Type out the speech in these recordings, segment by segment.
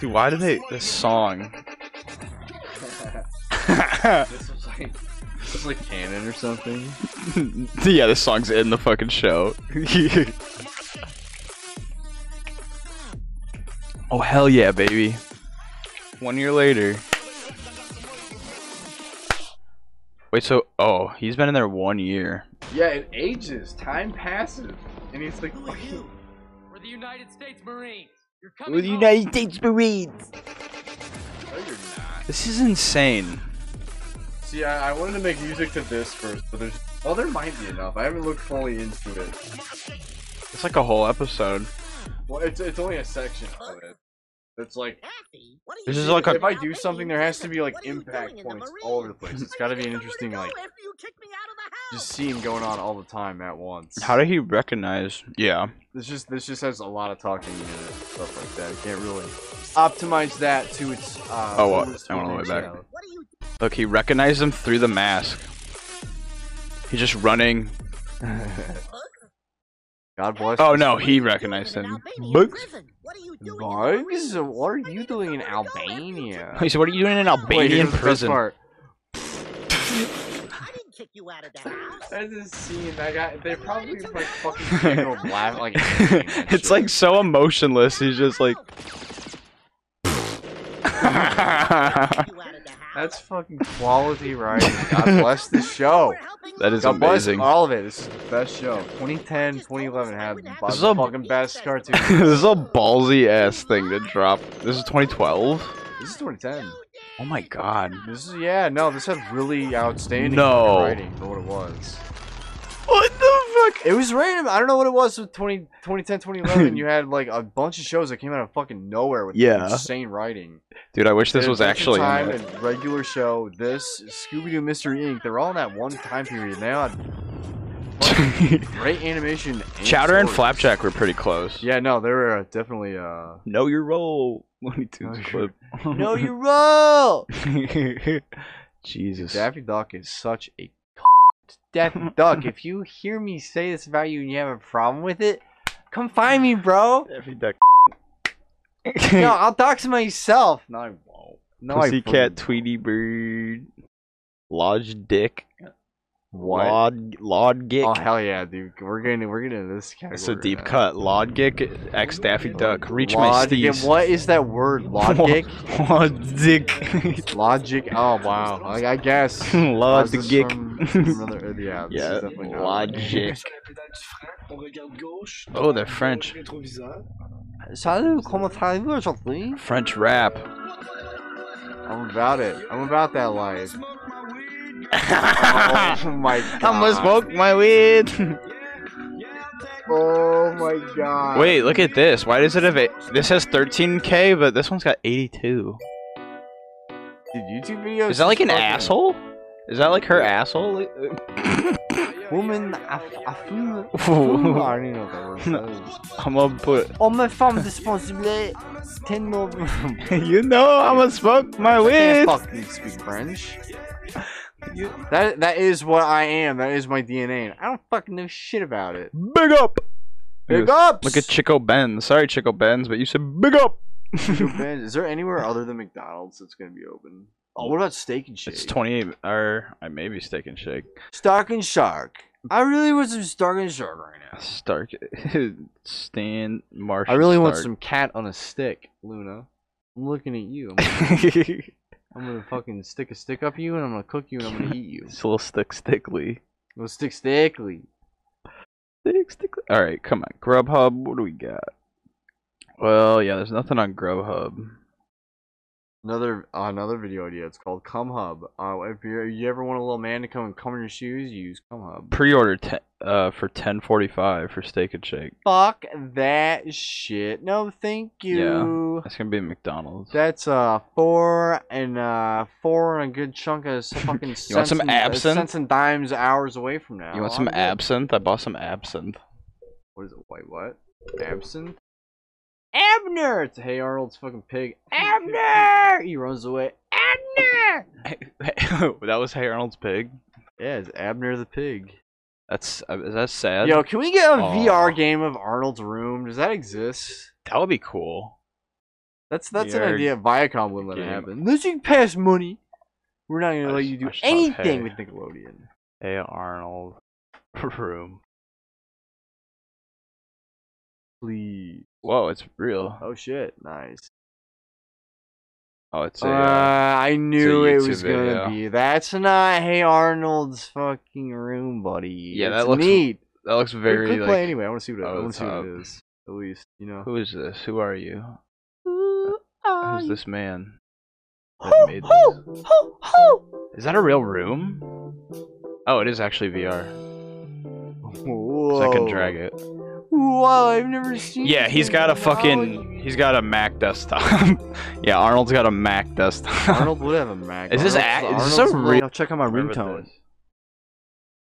Dude, why did they this song? This was like, this was like canon or something. yeah, this song's in the fucking show. oh hell yeah, baby. One year later. Wait, so oh, he's been in there one year. Yeah, it ages. Time passes, and he's like, Who are you? We're the United States Marines. You're coming Well, home. United States Marines. "No, you're not." This is insane. See, I, I wanted to make music to this first, but there's well, there might be enough. I haven't looked fully into it. It's like a whole episode. Well, it's it's only a section of it. It's like Daffy, what are you This is doing? like a- if I do something, there has to be like What are you impact doing in the points Marines? all over the place. It's got to I be an didn't know where interesting to like go after you kicked me out of the house. just scene going on all the time at once. How did he recognize? Yeah. This just this just has a lot of talking in it and stuff like that. You can't really optimize that to its. Uh, Oh, well, fullest Oh, I went all the way back. potential. What are you Look, he recognized him through the mask. He's just running. God bless. Oh you. no, he doing recognized in an him. Albanian Bugs. prison? What are you doing in the Bugs, Marines? what are you didn't doing in know where to go after you Albania? He said, "What are you doing in an Wait, Albanian here's the best prison?" part. I didn't kick you out of the house. That is a scene. I got. They probably like fucking giggled, laugh like. it's like so emotionless. He's just like. that You out of the house. that's fucking quality writing. God bless the show. We're helping is God bless amazing. all of it. This is the best show. 2010, 2011 had This is a- the fucking best cartoon. this is a ballsy ass thing to drop. This is 2012. This is 2010. Oh my god. This is yeah. No, this had really outstanding No. writing for what it was. What the fuck? It was random. I don't know what it was with 20, 2010, 2011. you had like a bunch of shows that came out of fucking nowhere with Yeah. insane writing. Dude, I wish this was Adventure actually. time In it. and regular show. This Scooby Doo Mystery Inc. They're all in that one time period. They all had great animation. And Chowder and stories. Flapjack were pretty close. Yeah, no, they were uh, definitely. uh... Know your role. Looney Tunes Know clip. no, you roll. Jesus. Daffy Duck is such a. c***. Daffy Duck, if you hear me say this about you and you have a problem with it, come find me, bro. Daffy Duck. No, I'll dox myself. No, I won't. No, I Pussycat wouldn't. Tweety Bird. Lodge Dick. What? Lod, Lod Gick. Oh hell yeah, dude! We're getting we're getting into this category. That's a deep now. cut. Lod Gick X Daffy Duck. Reach my Lod- steez. What is that word? Logic. Lod Dick. Logic. Oh wow. I, I guess. Lod Is this Gick. from- from another- uh, yeah. This Yeah, Is definitely not right. Logic. Oh, they're French. Salut, comment allez-vous aujourd'hui? French rap. I'm about it. I'm about that life. I'm Oh my god. gonna smoke my weed. Oh my god. Wait, look at this. Why does it have a- This has 13k, but this one's got 82. Dude, YouTube videos. Is that like an fucking- asshole? Is that like her asshole? Woman, I, I feel. Ooh, Ooh. I don't even know what that word is. I'm gonna put. Oh, my femme responsibly. Ten more. you know, I'm gonna smoke my I weed. can't fucking speak French. That that is what I am. That is my DNA. and I don't fucking know shit about it. Big up. Big Look at- ups. Look at Chico Benz. Sorry, Chico Benz, but you said big up. Chico Benz. Is there anywhere other than McDonald's that's gonna be open? Oh, what about Steak and Shake? It's 28, or I may be Steak and Shake. Stark and Shark. I really want some Stark and Shark right now. Stark, Stan, Marsh. I really want Stark. some cat on a stick, Luna. I'm looking at you. I'm, I'm gonna fucking stick a stick up you, and I'm gonna cook you, and I'm gonna eat you. it's a little stick, stickly. Well, stick stickly. Stick, stickly. All right, come on. Grubhub. What do we got? Well, yeah, there's nothing on Grubhub. Another uh, another video idea. It's called Cum Hub. Uh, if you you ever want a little man to come and cum in your shoes, you use Cum Hub. Pre-order te- uh, for 10.45 for Steak and Shake. Fuck that shit. No, thank you. That's gonna be McDonald's. That's uh four and uh four and a good chunk of s- fucking. You want cents some and, uh, absinthe? cents and dimes hours away from now. you want some I'm good. absinthe? I bought some absinthe. What is it? Wait, what? Absinthe. Abner. It's Hey Arnold's fucking pig. Abner. He runs away. Abner. that was Hey Arnold's pig. Yeah, it's Abner the pig. That's uh, is that sad? Yo, can we get a Aw. VR game of Arnold's room? Does that exist? That would be cool. That's that's an You're idea Viacom would let it getting- happen. Unless you pass money, we're not gonna I let just- you I do just thought, hey. anything with Nickelodeon. Hey Arnold, room. Please. Whoa, it's real. Oh shit! Nice. Oh, it's Uh, a. Uh, I knew it YouTube was gonna video. be. That's not Hey Arnold's fucking room, buddy. Yeah, it's that looks neat. that looks very Very click play like. anyway. I want to see what it, I over the want to see what top. it is. At least you know. Who is this? Who are you? Uh, Who's this man? Ho, that made ho, ho, ho. Is that a real room? Oh, it is actually VR. Whoa. 'cause I can drag it. Whoa! I've never seen. Yeah, this he's kind got a of technology. fucking. He's got a Mac desktop. yeah, Arnold's got a Mac desktop. Arnold would have a Mac. Is this Arnold's- a- is this Arnold's a one- real- I'll check out my ringtone.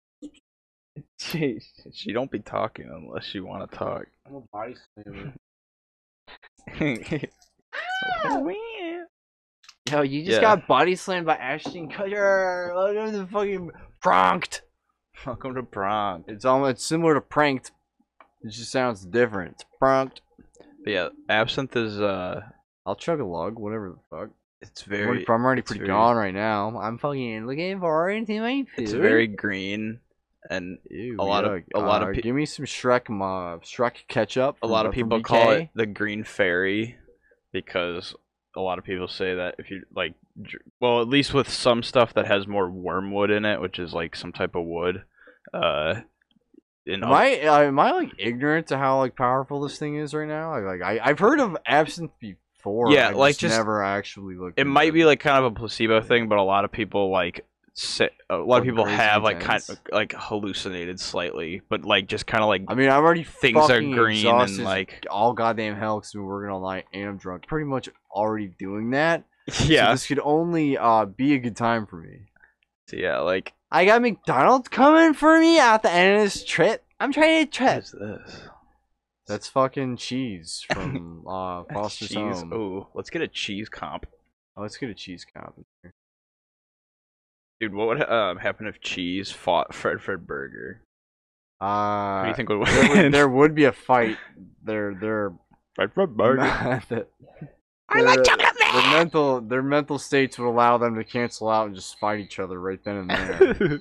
Jeez, she don't be talking unless you want to talk. I'm a body slammer. Yo, you just Yeah. got body slammed by Ashton Kutcher. Welcome to fucking pranked. Welcome to Bronx. It's almost it's similar to pranked. It just sounds different. It's pranked. But yeah, absinthe is uh, I'll chug a lug, whatever the fuck. it's I'm very, already, I'm already it's pretty very- gone right now. I'm fucking looking forward to my food. it's very green, and Ew, a lot of- yuck. a lot of Uh, pe- give me some Shrek mob, Shrek ketchup. a from- lot of from people BK. call it the green fairy because a lot of people say that if you like, dr- well, at least with some stuff that has more wormwood in it, which is like some type of wood, uh, in Am I uh, am I like ignorant to how like powerful this thing is right now? I, like I I've heard of absinthe before. Yeah, I like, just just- never actually looked. it into might be like kind of a placebo thing, but a lot of people like say, a lot Or of people crazy have like kind intense. like hallucinated slightly, but like just kind of like I mean, I'm already things are fucking green and exhausted like all goddamn hell because we're working all night and I'm drunk. Pretty much already doing that. So yeah, this could only uh be a good time for me. yeah, like I got McDonald's coming for me at the end of this trip. I'm trying to what trip. is this? That's fucking cheese from uh That's Foster's cheese. Oh. Home. Ooh, let's get a cheese comp, Oh, let's get a cheese comp. in here. dude. What would um, happen if cheese fought Fred Fred Burger? What Uh, do you think would there, win? would, there would be a fight. There, there. Fred Fred I like chocolate Their mental, their mental states would allow them to cancel out and just fight each other right then and there. Burger.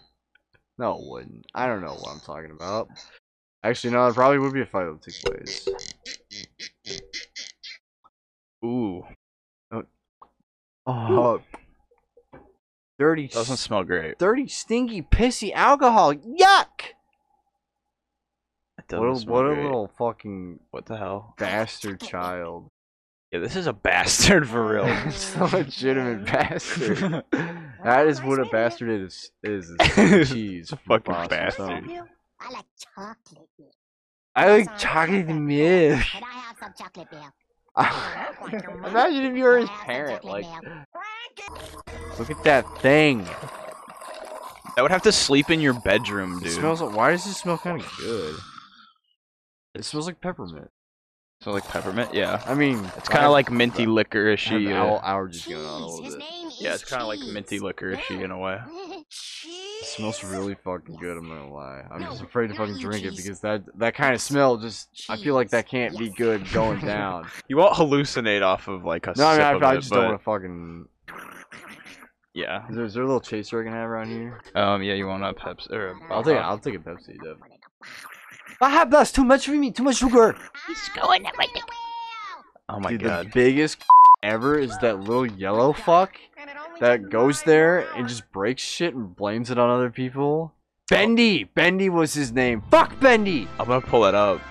no, it wouldn't. I don't know what I'm talking about. Actually, no, it probably would be a fight that would take place. Ooh, Oh, dirty, doesn't s- smell great. dirty, stinky, pissy alcohol. Yuck! It What doesn't a, smell what a great. little fucking What the hell? bastard child. Yeah, this is a bastard for real. It's a legitimate bastard. that is what a bastard is. Is, is cheese? from fucking Boston bastard. Song. I like chocolate milk. I like E. chocolate milk. Can I have some chocolate milk? Imagine if you were his parent. Like, look at that thing. I would have to sleep in your bedroom, dude. It smells. like- Why does it smell kind of good? It smells like peppermint. Smells like peppermint. Yeah, I mean, it's kind of like minty licoricey. she uh, owl allergies going on a Cheese. His little bit. name is Yeah, it's kind of like minty licoricey in a way. cheese. It smells really fucking good. I'm not gonna lie. I'm No, just afraid to not fucking you, drink it cheese. because that that kind of smell just. I feel like Cheese. that can't be Yes. good going down. You won't hallucinate off of like a No, I sip mean, of I, I it, just but don't want to fucking. yeah. Is there, is there a little chaser I can have around here? Um, yeah, you want a Pepsi or a I'll take it. I'll take a Pepsi. Dev. I have that's too much for me. Too much sugar. He's going that way. Oh my Dude, the god. biggest ever is that little yellow fuck that goes there and just breaks shit and blames it on other people. Bendy. Bendy was his name. Fuck Bendy. I'm gonna pull it up.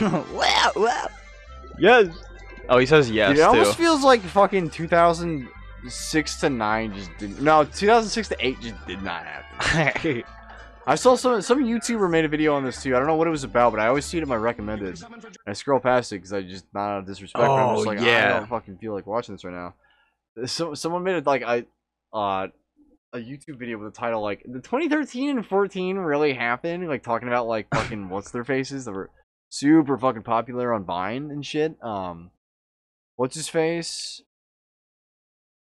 wow, wow. Yes. Oh, he says yes Dude, it almost too. feels like fucking 2006 to nine just didn't. No, 2006 to eight just did not happen. I saw some some YouTuber made a video on this too. I don't know what it was about, but I always see it in my recommended. And I scroll past it because I just not out of disrespect. but I'm Oh, just like, I yeah. don't fucking feel like watching this right now. So someone made it like I, uh, a YouTube video with the title like the 2013 and 14 really happened, like talking about like fucking what's their faces that were super fucking popular on Vine and shit. Um, what's his face?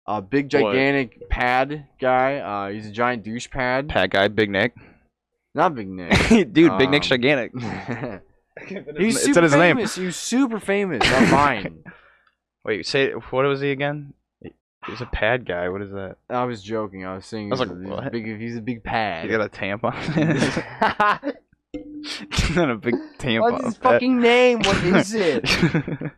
Uh, big What? gigantic pad guy. Uh, he's a giant douche pad. Pat guy, Big Nick. Not big Nick. Dude, Big Nick's Um, gigantic. He's it's super in his name. famous. He's super famous. Not mine. Wait, say what was he again? He's a pad guy. What is that? I was joking. I was saying I was he's, like, a, he's a what? big. He's a big pad. He got a tampon. Not a big tampon. What's his fucking name? What is it?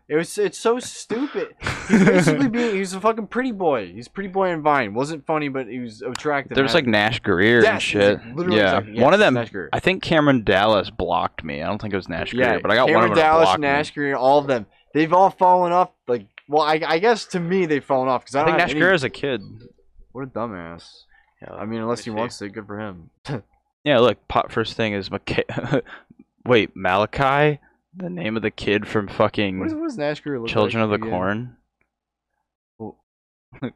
It was. It's so stupid. Basically, being he was a fucking pretty boy. He's pretty boy in Vine. Wasn't funny, but he was attractive. There's like Nash Greer and Yes, shit. it's literally yeah, exactly- yes, one of it's them. Nash Greer. I think Cameron Dallas blocked me. I don't think it was Nash Greer, yeah, but I got Cameron one of them Dallas, blocked me. Nash Greer, all of them. They've all fallen off. Like, well, I, I guess to me they've fallen off because I I don't think have Nash any- Greer is a kid. What a dumbass. Yeah, I mean, unless he me see. wants to, good for him. Yeah, look, pot first thing is Maca- Wait, Malachi, the name of the kid from fucking What, is, what does Nash Greer look Children of like the again? Corn.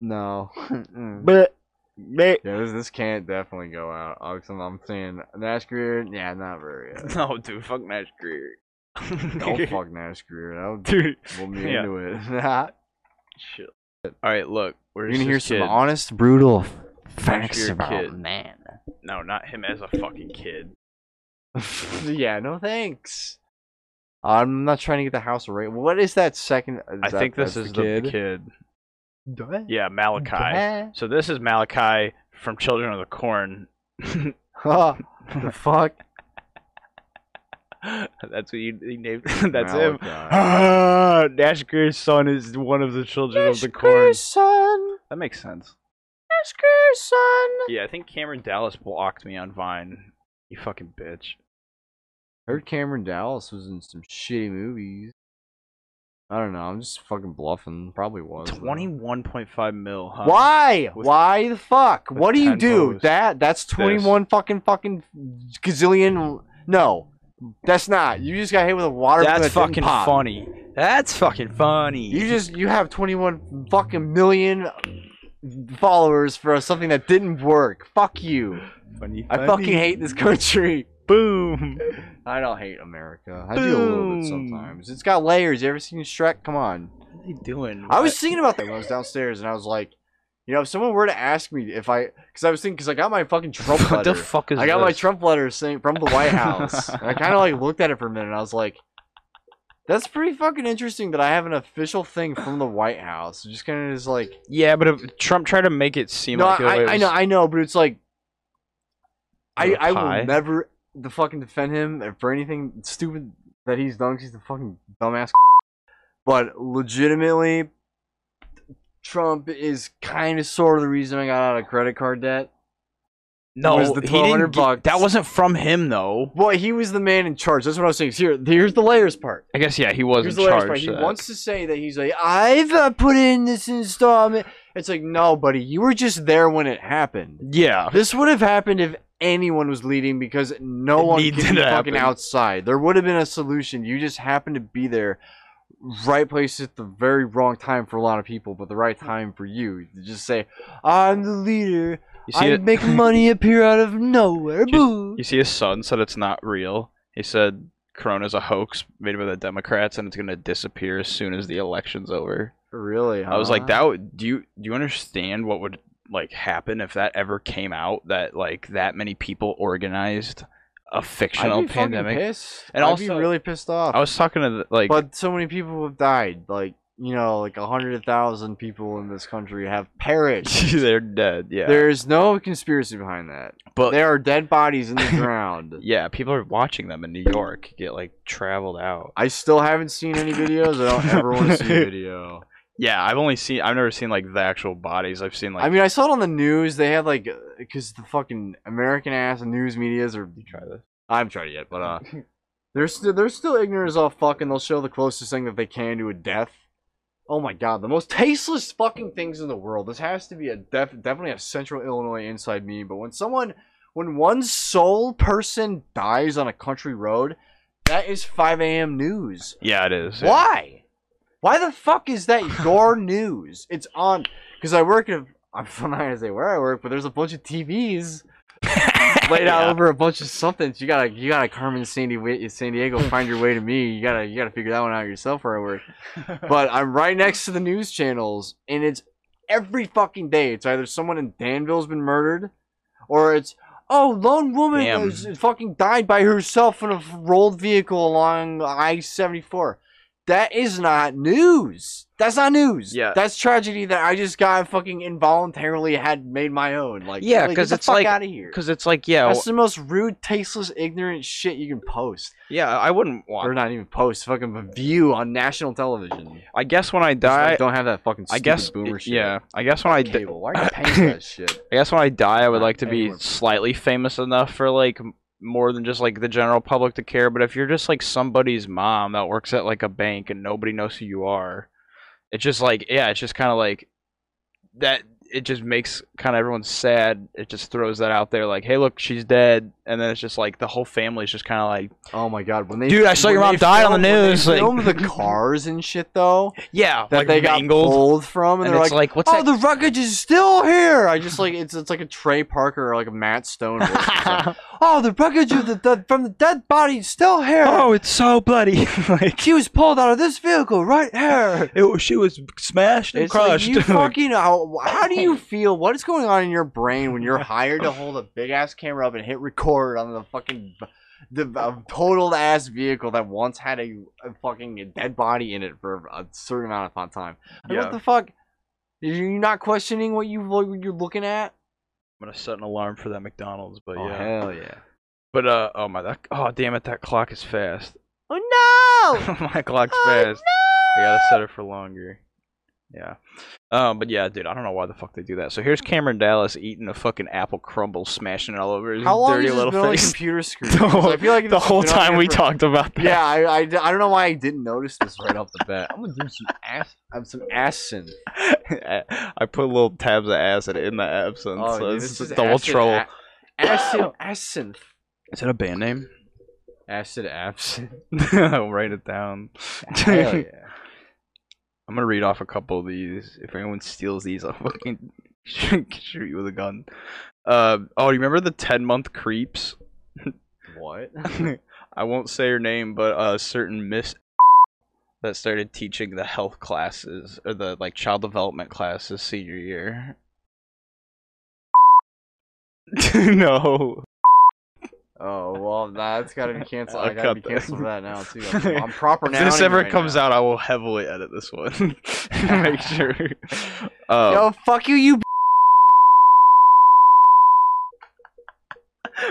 No. Mm. But mate, yeah, this, this can't definitely go out. Alex, I'm, I'm saying Nash Greer. Yeah, not very. uh, no, dude, fuck Nash Greer. Don't fuck Nash Greer. That would dude. pull me Yeah. into it. Shit. All right, look, we're You're gonna hear some kid. honest, brutal Nash facts Greer about kid. man. No, not him as a fucking kid. yeah, no thanks. I'm not trying to get the house right. What is that second? is I that- think this that's is the kid. Duh. Yeah, Malachi. Duh. So this is Malachi from Children of the Corn. Huh, the fuck? That's what you, you named. That's him. Malachi. Ah, Nash Greer's son is one of the children of the corn. son. That makes sense. Nash Greer, son. Yeah, I think Cameron Dallas blocked me on Vine. You fucking bitch. Heard Cameron Dallas was in some shitty movies. I don't know. I'm just fucking bluffing. Probably was. uh, though. Twenty-one point five mil. Huh? Why? With- Why the fuck? with What do you 10 do? bows. That that's twenty one fucking fucking gazillion. No, that's not. You just got hit with a water. balloon That's that didn't fucking pop. funny. That's fucking funny. You just you have twenty one fucking million followers for something that didn't work. Fuck you. funny, I fucking hate this country. boom. I don't hate America. I do a little Boom. bit sometimes. It's got layers. You ever seen Shrek? Come on. What are you doing? I was thinking about that when I was downstairs, and I was like, you know, if someone were to ask me if I, because I was thinking, because I got my fucking Trump What letter. the fuck is I got my this? Trump letter saying from the White House, and I kind of like looked at it for a minute, and I was like, that's pretty fucking interesting that I have an official thing from the White House. Just kind of just like, Yeah, but if Trump tried to make it seem no, like it I, was, I know, I know, but it's like, I, Little I pie. will never the fucking defend him for anything stupid that he's done. 'cause he's the fucking dumbass. But legitimately, Trump is kind of sort of the reason I got out of credit card debt. no, was the he didn't 1200 get- bucks. That wasn't from him though. Boy, he was the man in charge. That's what I was saying. Here, here's the layers part. I guess yeah, he was Here's in the layers part. charge. He of that. wants to say that he's like, I've uh, put in this installment. It's like, no, buddy, you were just there when it happened. Yeah, This would have happened if anyone was leading because no It one needed could be to fucking happen. outside. There would have been a solution. You just happened to be there, right place at the very wrong time for a lot of people, but the right time for you. You just say, "I'm the leader. you see I it. make money appear out of nowhere." You- Boo. You see, his son said it's not real. He said Corona's a hoax made by the Democrats, and it's gonna disappear as soon as the election's over. Really? Uh, I was like, huh? that would do you do you understand what would like happen if that ever came out that like that many people organized a I'd fictional be fucking pandemic? pissed. And I'd also- be really pissed off. I was talking to the, like but so many people have died. Like you know, like a hundred thousand people in this country have perished. they're dead. Yeah, There is no conspiracy behind that. but there are dead bodies in the ground. yeah, people are watching them in New York get like traveled out. I still haven't seen any videos. I don't ever want to see a video. Yeah, I've only seen I've never seen like the actual bodies. I've seen like I mean, I saw it on the news. They had like, because the fucking American ass news medias are. try this. I haven't tried it yet, but uh, they're still they're still ignorant as all fuck, and they'll show the closest thing that they can to a death. Oh my god, the most tasteless fucking things in the world. This has to be a def- definitely a Central Illinois inside me. But when someone, when one sole person dies on a country road, that is 5 a.m. news. Yeah, it is. yeah. Why? Why the fuck is that your news? It's on because I work at. I'm not gonna say where I work, but there's a bunch of TVs laid out Yeah. over a bunch of somethings. You gotta, you gotta Carmen San Diego, San Diego, find your way to me. You gotta, you gotta figure that one out yourself where I work. But I'm right next to the news channels, and it's every fucking day. It's either someone in Danville's been murdered, or it's Oh, lone woman Damn. is, fucking died by herself in a f- rolled vehicle along I seventy four. That is not news. That's not news. Yeah. That's tragedy that I just got fucking involuntarily had made my own. Like Yeah, 'cause oh. like, get the it's fuck like- out of here. Because it's like, yeah, That's the most rude, tasteless, ignorant shit you can post, yeah, I wouldn't or want. not even post. Fucking view on national television. Just, I guess when I like, die, don't have that fucking. I stupid guess boomer shit. yeah, I guess when I di- Cable. Why are you paying for that shit? I guess when I die, I would Not like to be anyone. slightly famous enough for like m- more than just like the general public to care. But if you're just like somebody's mom that works at like a bank and nobody knows who you are, it's just like yeah, it's just kind of like that. It just makes kind of everyone sad. It just throws that out there, like, hey, look, she's dead, and then it's just like the whole family's just kind of like, Oh my god, when they Dude, I saw when your mom they die on the film- when news, They like- filmed the cars and shit though yeah, that like they got mangled, pulled from, and, and they're it's like, like, what's "Oh, that? the wreckage is still here." I just like it's it's like a Trey Parker or like a Matt Stone. voice. It's like, oh, the wreckage of the, the from the dead body is still here. oh, it's so bloody! like, she was pulled out of this vehicle right here. it, was- she was smashed and It's like, crushed. you Like, fucking how, how do you feel? What is going on in your brain when you're hired to hold a big ass camera up and hit record on the fucking the uh, totaled ass vehicle that once had a, a fucking dead body in it for a certain amount of time? Like, Yeah. What the fuck? You're not questioning what you what you're looking at? I'm gonna set an alarm for that McDonald's, but Oh yeah. hell yeah! But uh oh my that oh damn it that clock is fast. Oh no! my clock's Oh, fast. I gotta set it for longer. Yeah. Um but yeah, dude, I don't know why the fuck they do that. So here's Cameron Dallas eating a fucking apple crumble, smashing it all over his How long dirty has this little been on the face. computer screen? The 'Cause I whole- feel like the it's whole been on time here we for- talked about that. Yeah, I, I, I don't know why I didn't notice this right off the bat. I'm gonna do some ass, I'm some ass sin. I I put little tabs of acid in the absence. so Oh, dude, this, this is is a double acid troll. a- Acid, acid, is that a band name? acid, absent. I'll write it down. Hell yeah. I'm gonna read off a couple of these. If anyone steals these, I'll fucking shoot you with a gun. Uh, oh, you remember the 10 month creeps? What? I won't say her name, but a certain Miss that started teaching the health classes or the like child development classes senior year. no. Oh well, nah, it's gotta be canceled. I'll I gotta be cut that. canceled for that now too. I'm, I'm proper If now. this ever comes out, I will heavily edit this one. Make sure. Um, yo, fuck you, you. b-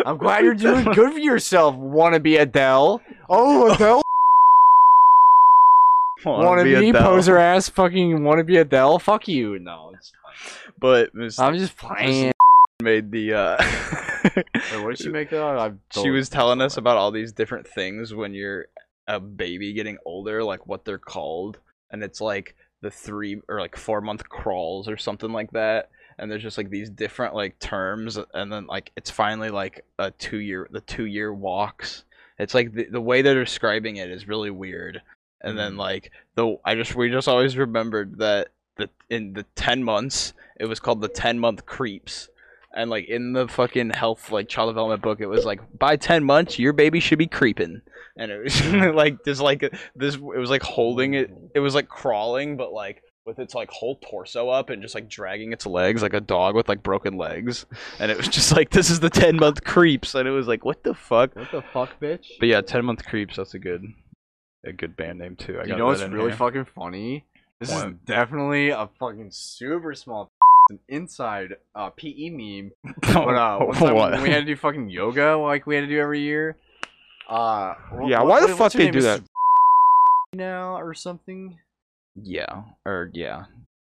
I'm glad you're doing good for yourself. Wanna be Adele? Oh, Adele. wanna wanna be be Adele. poser ass. Fucking wanna be Adele? Fuck you. No, it's- But Miss I'm just playing. made the uh Wait, what did she make that? I she totally- was telling us about all these different things when you're a baby getting older like what they're called and it's like the three or like four month crawls or something like that and there's just like these different like terms and then like it's finally like a two year the two year walks it's like the, the way they're describing it is really weird and then Mm. like the i just we just always remembered that the in the 10 months it was called the 10 month creeps and like in the fucking health like child development book it was like by 10 months your baby should be creeping and it was like just like this it was like holding it it was like crawling but like with its like whole torso up and just like dragging its legs like a dog with like broken legs and it was just like this is the 10 month creeps and it was like what the fuck What the fuck, bitch? but yeah 10 month creeps that's a good a good band name too i you got that know what's in really here. fucking funny? This is What? definitely a fucking super small an inside uh, PE meme. But uh, one time What? when we had to do fucking yoga like we had to do every year. Uh, wh- Yeah, wh- why the what's fuck her they name? do Mrs. that? Now or something. yeah or yeah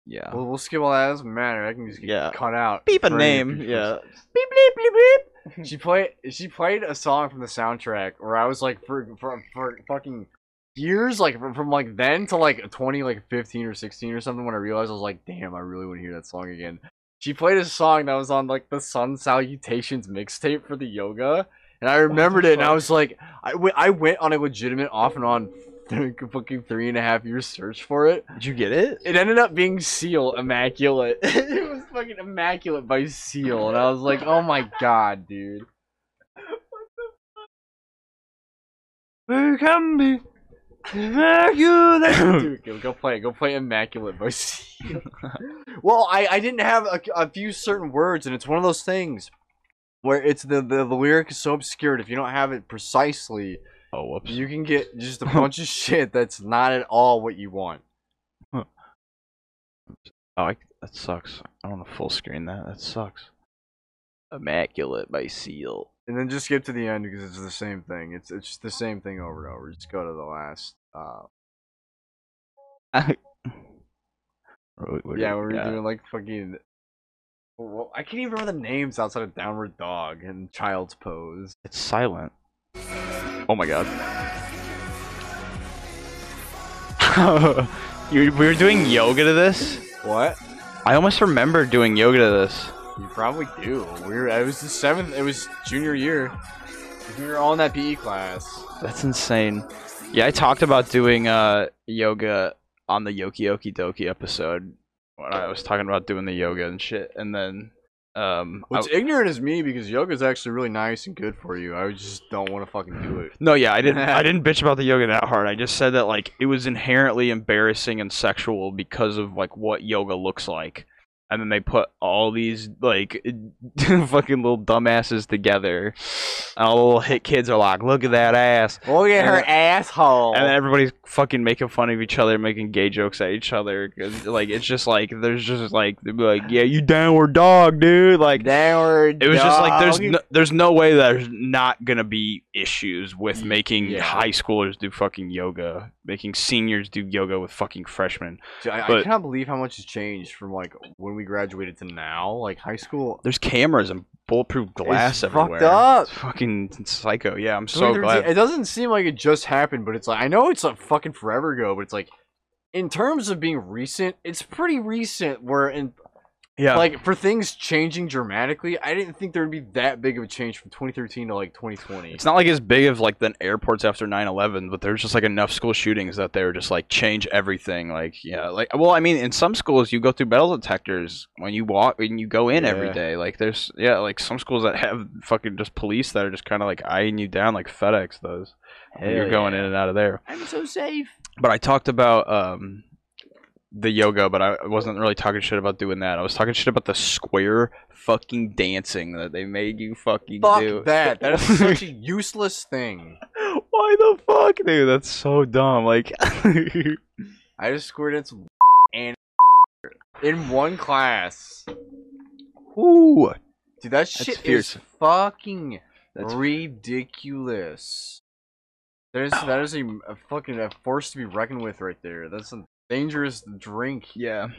yeah We'll, we'll skip all that. It doesn't matter. I can just get Yeah. cut out. beep a for any name future yeah beep beep beep beep she played she played a song from the soundtrack where I was like for for, for fucking years like from, from like then to like 20 like 15 or 16 or something when I realized I was like damn I really want to hear that song again. She played a song that was on like the Sun Salutations mixtape for the yoga and I remembered it and I fuck? was like I went- I went on a legitimate off and on fucking three and a half year search for it did you get it it ended up being Seal Immaculate. it was fucking Immaculate by Seal, and I was like, oh my god, dude. Who can be immaculate? Dude, go, go play, it, go play Immaculate by Seal. well, I, I didn't have a, a few certain words, and it's one of those things where it's the, the the lyric is so obscured if you don't have it precisely, Oh, whoops. you can get just a bunch of shit that's not at all what you want. Oh, I, that sucks. I want to full screen that. That sucks. Immaculate by Seal. And then just skip to the end because it's the same thing. It's it's just the same thing over and over. Just go to the last. Uh, What- what do yeah, we we're got? doing like fucking. Well, I can't even remember the names outside of Downward Dog and Child's Pose. It's silent. Oh my god. you, we were doing yoga to this? What? I almost remember doing yoga to this. You probably do. We were. It was the seventh. It was junior year. We were all in that PE class. That's insane. Yeah, I talked about doing uh, yoga on the Yoki Yoki Doki episode. When I was talking about doing the yoga and shit, and then um, I- What's ignorant is me because yoga's actually really nice and good for you. I just don't want to fucking do it. No, yeah, I didn't. I didn't bitch about the yoga that hard. I just said that like it was inherently embarrassing and sexual because of like what yoga looks like, and then they put all these like fucking little dumbasses together. And all the little hit kids are like, "Look at that ass," Look at her asshole. and then everybody's fucking making fun of each other, making gay jokes at each other. 'cause, Like it's just like there's just like they'd be like, "Yeah, you downward dog, dude." Like downward. it was just like there's dog. no, there's no way there's not gonna be issues with making yeah. high schoolers do fucking yoga, making seniors do yoga with fucking freshmen. Dude, I, I but- cannot believe how much has changed from like when we graduated to now. Like high school. There's cameras and bulletproof glass fucked everywhere. up. It's fucking psycho. Yeah, I'm so 2013 glad. It doesn't seem like it just happened, but it's like I know it's a fucking forever ago, but it's like in terms of being recent, it's pretty recent. Where in yeah, like for things changing dramatically, I didn't think there would be that big of a change from 2013 to like 2020. it's not like as big of like the airports after 9-11, but there's just like enough school shootings that they were just like change everything. Like yeah, like well, I mean, in some schools you go through metal detectors when you walk when you go in every Yeah. day. Like there's yeah, like some schools that have fucking just police that are just kind of like eyeing you down, like FedEx does. when you're Hell going yeah. in and out of there. I'm so safe. But I talked about um the yoga, but I wasn't really talking shit about doing that. I was talking shit about the square fucking dancing that they made you fucking Fuck do. that. That is such a useless thing. Why the fuck, dude? That's so dumb. Like, I just squared in some and in one class. ooh, Dude, that shit fierce. is fucking That's- ridiculous. That is that is a, a fucking a force to be reckoned with right there. That's a dangerous drink. yeah,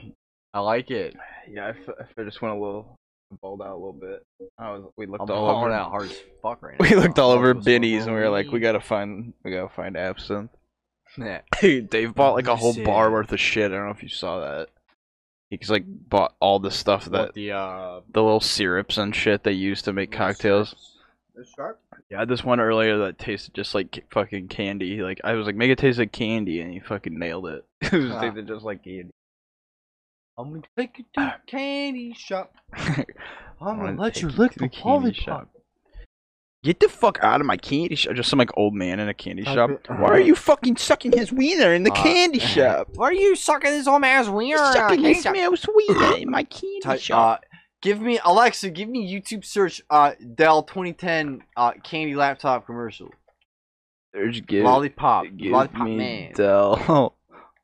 I like it. yeah. I, f- I f- I just went a little balled out a little bit. I was, we looked I'm all hauling over out hard as fuck right now. We looked all I'm over so sorry. Binnie's and we were like, we gotta find, we gotta find absinthe. Yeah. Dave bought like a whole Lucid. bar worth of shit. I don't know if you saw that. He's like bought all the stuff that What, the uh the little syrups and shit they use to make cocktails. It's sharp. Yeah, I had this one earlier that tasted just like ca- fucking candy. Like I was like, make it taste like candy, and he fucking nailed it. it was Ah. tasted just like candy. I'm gonna take you to the candy shop. I'm Ah. wanna gonna let take you you lick to the the candy shop. lollipop. Get the fuck out of my candy shop! Just some like old man in a candy Type shop. it- Why are you fucking sucking his wiener in the Uh, candy shop? Why are you sucking this whole man's wiener? You're sucking his Can't- mouse wiener in my candy Ty- shop. Uh, give me Alexa. Give me YouTube search uh, Dell 2010 uh, candy laptop commercial. There's give, uh, lollipop. give lollipop me man. Del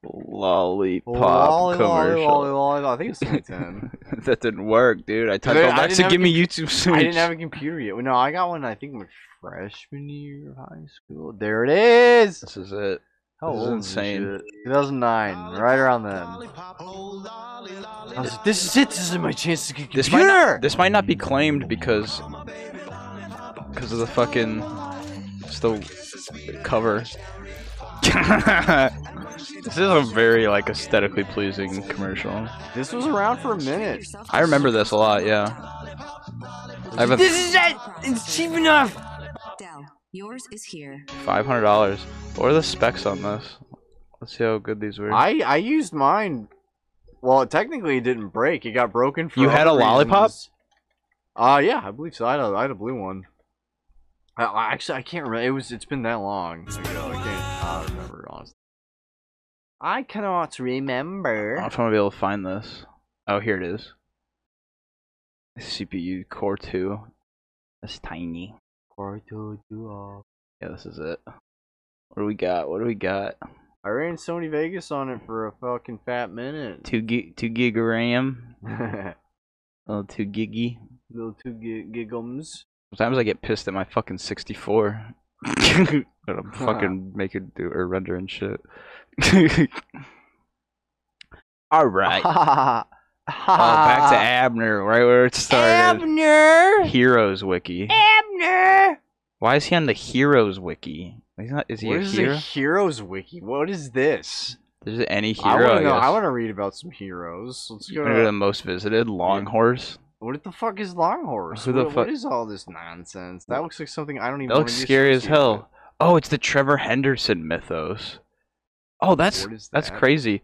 lollipop Lolly, lolly, commercial. lolly, lolly. I think it's 2010. that didn't work, dude. I typed Dude, I Alexa, didn't have give a me YouTube search. I didn't have a computer yet. No, I got one. I think my freshman year of high school. There it is. This is it. How This is old this insane. shit? 2009, right around then. I was like, this is it. This is my chance to get This might, computer. not, this might not be claimed because because of the fucking it's the cover. this is a very like aesthetically pleasing commercial. this was around for a minute. I remember this a lot. Yeah. I have a This is it. It's cheap enough. Dell, yours is here. five hundred dollars. What are the specs on this? Let's see how good these were. I I used mine. Well, technically, it didn't break. It got broken for. You had other a lollipop? reasons. Uh yeah, I believe so. I had a, I had a blue one. I, I actually I can't remember. It was it's been that long ago. I can't I don't remember honestly. I cannot I don't know remember. if I'm gonna be able to find this. Oh, here it is. CPU Core 2. That's tiny. Yeah, this is it. What do we got? What do we got? I ran Sony Vegas on it for a fucking fat minute. Two gig, two gig of RAM. Little Oh, two giggy. two gi- giggums. Sometimes I get pissed at my fucking 64. and I'm fucking making do or rendering shit. All right. oh, back to Abner, right where it started. Abner. Heroes Wiki. Abner. Why is he on the Heroes Wiki? He's not. Is he What a is the hero? heroes wiki? What is this? There's any hero. I want to know. guess. I want to read about some heroes. Let's go. Maybe the To, most visited Longhorse. what the fuck is Longhorse? Who the What- fuck- what is all this nonsense? That looks like something I don't even. That looks wanna be scary as associated hell. with. Oh, it's the Trevor Henderson mythos. Oh, that's What is that's that? crazy.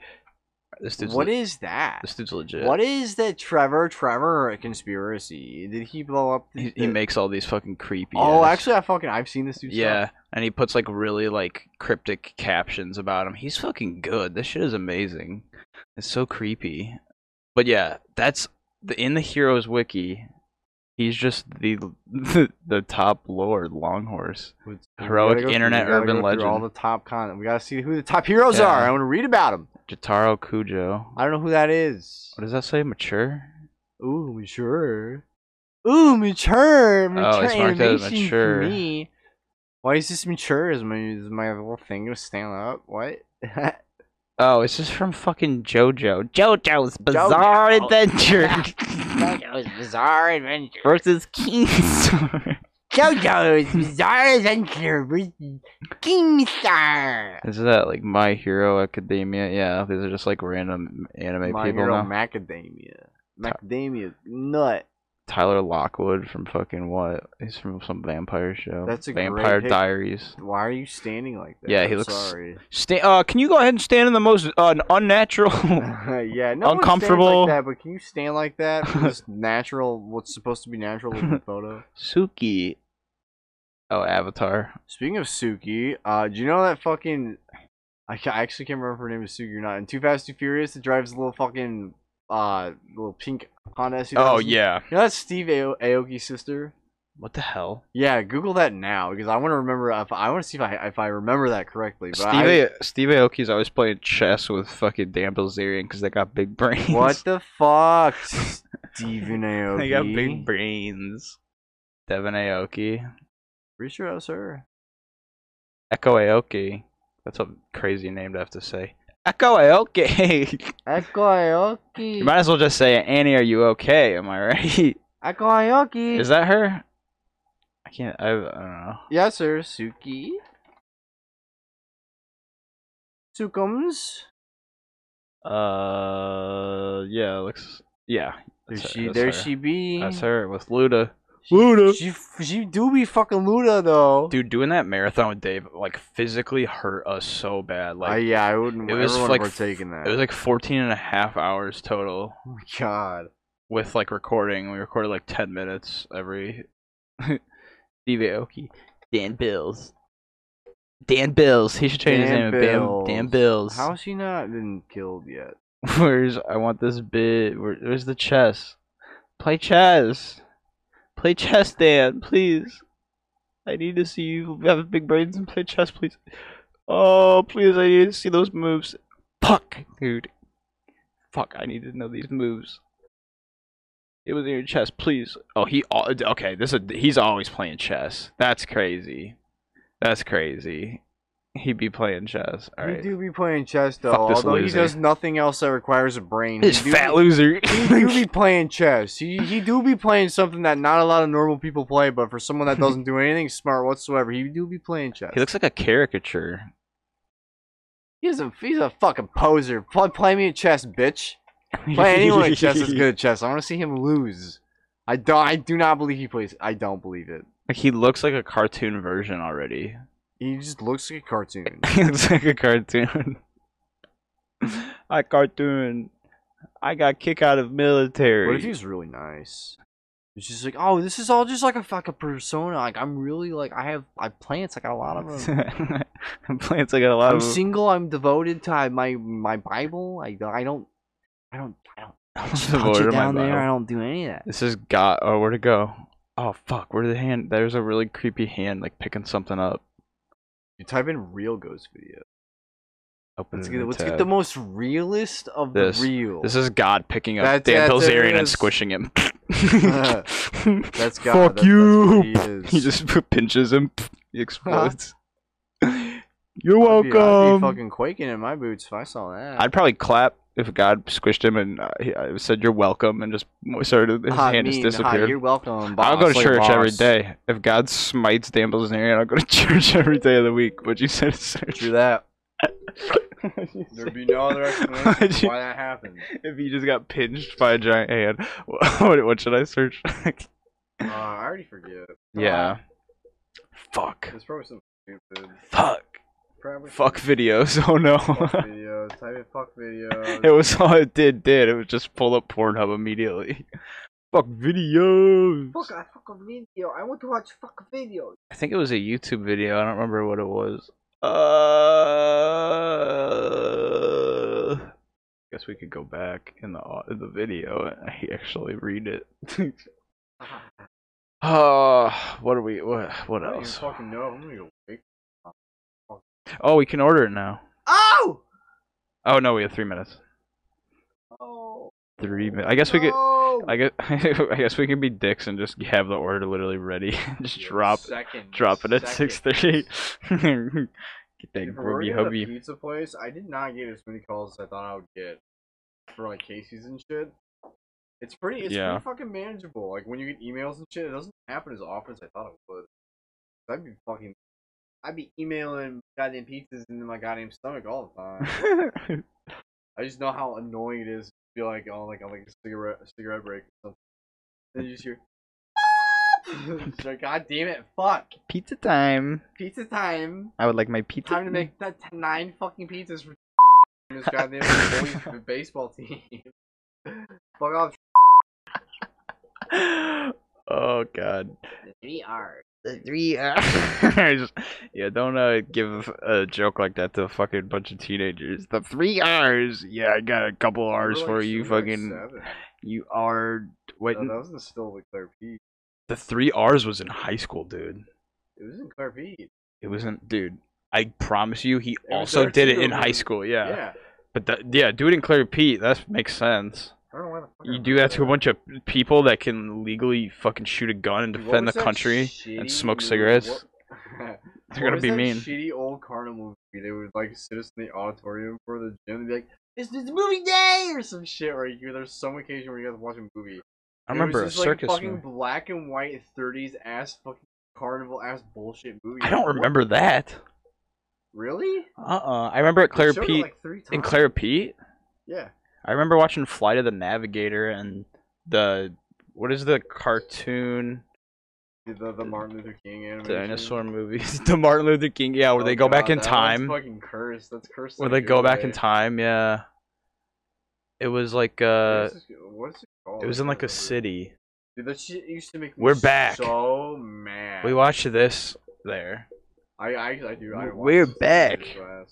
This dude's What le- is that? this dude's legit. What is the Trevor Trevor conspiracy? Did he blow up? The, He, he makes all these fucking creepy. Oh, ass- actually, I fucking I've seen this dude. Yeah, and he puts like really like cryptic captions about him. He's fucking good. This shit is amazing. It's so creepy. But yeah, that's the in the heroes wiki. He's just the the, top lord Longhorse. With- Heroic we gotta go internet we gotta urban go through All the legend. top con. We gotta see who the top heroes Yeah. are. I want to read about them. Jotaro Kujo. I don't know who that is. What does that say? Mature. Ooh, mature. Ooh, mature. Mature Oh, it's marked as animation mature. for me. Why is this mature? Is my is my little thing gonna stand up? What? Oh, it's just from fucking JoJo. JoJo's Bizarre Adventure JoJo's bizarre adventure. versus Keystone. JoJo's bizarre adventure with Kingstar. Is that like My Hero Academia? Yeah, these are just like random anime My people Hero now. Macadamia. Macadamia nut. Tyler Lockwood from fucking what? He's from some vampire show. That's a great Vampire pic- Diaries. Why are you standing like that? Yeah, he I'm looks- sorry. Sta- uh, can you go ahead and stand in the most uh, unnatural? yeah, no one stands Uncomfortable. like that, but can you stand like that? for This natural, what's supposed to be natural in the photo. Suki. Oh, Avatar. Speaking of Suki, uh, do you know that fucking? I, ca- I actually can't remember if her name is Suki or not. In Too Fast Too Furious, it drives a little fucking uh little pink Honda. Oh 2000. yeah. you know that's Steve Ao- Aoki's sister. What the hell? Yeah, Google that now because I want to remember. If, I want to see if I if I remember that correctly. But Steve, I- A- Steve Aoki's always playing chess with fucking Dan Bilzerian because they got big brains. What the fuck, Steven Aoki? they got big brains. Devin Aoki. Pretty sure that was her. Echo Aoki. That's a crazy name to have to say. Echo Aoki. Echo Aoki. you might as well just say, Annie, are you okay? Am I right? Echo Aoki. Is that her? I can't. I, I don't know. Yes, sir. Suki. Sukums. Uh, yeah, it looks. Yeah. There that's her- she, that's there her. she be. That's her with Luda. She- Luda. She, she do be fucking Luda though. Dude, doing that marathon with Dave like physically hurt us so bad. Uh, Like yeah, I wouldn't. it was everyone like- partaking that. it was like 14 and a half hours total oh my god. with like recording. We recorded like 10 minutes every. Steve Aoki, Dan Bills, Dan Bills. He should change Dan his name. to Bam, Dan Bills. How is she not been killed yet? Where's I want this bit? Where, where's the chess? Play chess. Play chess, Dan, please. I need to see you have big brains and play chess, please. Oh, please, I need to see those moves. Fuck, dude. Fuck, I need to know these moves. It was in your chess, please. Oh, he. al- Okay, this is, he's always playing chess. That's crazy. That's crazy. He'd be playing chess. All We right. do be playing chess though, Fuck this although loser. he does nothing else that requires a brain. This He do fat be- loser. He do be playing chess. He he do be playing something that not a lot of normal people play, but for someone that doesn't do anything smart whatsoever, he do be playing chess. He looks like a caricature. He's a he's a fucking poser. Play, play me at chess, bitch. Play anyone at chess is good at chess. I want to see him lose. I don't. I do not believe he plays. I don't believe it. Like he looks like a cartoon version already. He just looks like a cartoon. he looks like a cartoon. I cartoon. I got kicked out of military. What if he's really nice? He's just like, oh, this is all just like a fucking persona. Like I'm really like I have I have plants. I got a lot of them. I'm playing. It's like a lot I'm of. single. I'm devoted to my my Bible. I I don't I don't I don't I'm touch devoid it of my down there. I Bible. don't do any of that. This is God. Oh, where to go? Oh fuck, where did the hand? There's a really creepy hand like picking something up. You type in real ghost video. Open Let's it get, in let's get tab. the most realist of This- the real. This is God picking up That's- Dan that's- there it Bilzerian and is. squishing him. that's that's God, Fuck that- that's you. what he is. he, just pinches him. He explodes. You're I'd be- welcome. I'd be fucking quaking in my boots if I saw that. I'd probably clap if God squished him and uh, he, I said "You're welcome" and just started his Hot hand mean, just hot, disappeared. you're welcome. I'll go boss, to like a church every boss. day. If God smites Dan Bilzerian, I'll go to church every day of the week. What you said is True true. that. There'd be no other explanation for why that happened. If he just got pinched by a giant hand, what, what should I search? Uh, I already forget. yeah. Fuck. It's probably some stupid. Fuck. Probably Fuck videos. Oh no. videos. Type in fuck videos. it was all it did. Did it was just pull up Pornhub immediately. Fuck videos. I fuck a video. I want to watch fuck videos. I think it was a YouTube video. I don't remember what it was. Uh, guess we could go back in the au- in the video and I actually read it. uh, what are we? What what else? fucking know. I'm gonna go wake. Oh, we can order it now. Oh! Oh no, we have three minutes. Oh. Three minutes. I guess we could. No! I guess I guess we can be dicks and just have the order literally ready. just drop Second. drop it at Second. six thirty. Get that If we're grubby working at a hubby. pizza place, I did not get as many calls as I thought I would get for like Casey's and shit. It's pretty. It's Yeah. pretty fucking manageable. Like when you get emails and shit, it doesn't happen as often as I thought it would. I'd be fucking. I'd be emailing goddamn pizzas into my goddamn stomach all the time. I just know how annoying it is to be like on like on like a cigarette a cigarette break or something. Then you just hear. it's like god damn it, fuck Pizza time. pizza time. I would like my pizza. Time to make that t- nine fucking pizzas for this goddamn boys baseball team. Fuck off. oh God. We are. The three. R's. yeah, don't uh, give a joke like that to a fucking bunch of teenagers. The three R's. Yeah, I got a couple R's We're, like, for you. we're, like, Fucking. seven. you are. Wait. No, that was in still with Claire Pete. The three R's was in high school, dude. It was in Claire Pete. It wasn't, dude. I promise you, he was also there did it too, in high dude. school. Yeah. Yeah. But that, yeah, do it in Clear Pete. That makes sense. I don't know why the fuck I You do remember that to a bunch of people that can legally fucking shoot a gun and Dude, what defend the was that country shitty and smoke movie- cigarettes. What... They're what gonna was be that mean. Shitty old Carnival movie. They would like sit us in the auditorium for the gym and be like, "It's this movie day" or some shit. Right here, there's some occasion where you guys watch a movie. I It remember was a just, circus like, fucking movie. black and white 30s ass fucking carnival ass bullshit movie. I don't Like, remember that. what- Really? Uh uh I remember at They Clear showed it, Pete. like, three in times. Clear Pete, Yeah. I remember watching Flight of the Navigator and the what is the cartoon The, the, the Martin Luther King animation. dinosaur movie? the Martin Luther King. Yeah, where Oh they go back God, in that time. That's fucking cursed. That's cursed. Where in a they good go back way. in time. Yeah. It was like What uh, is this- what is it called? it was in like a Whatever. city. Dude, that shit used to make me We're back. so mad. We watched this there. I, I, I do. I We're watched this back. in class.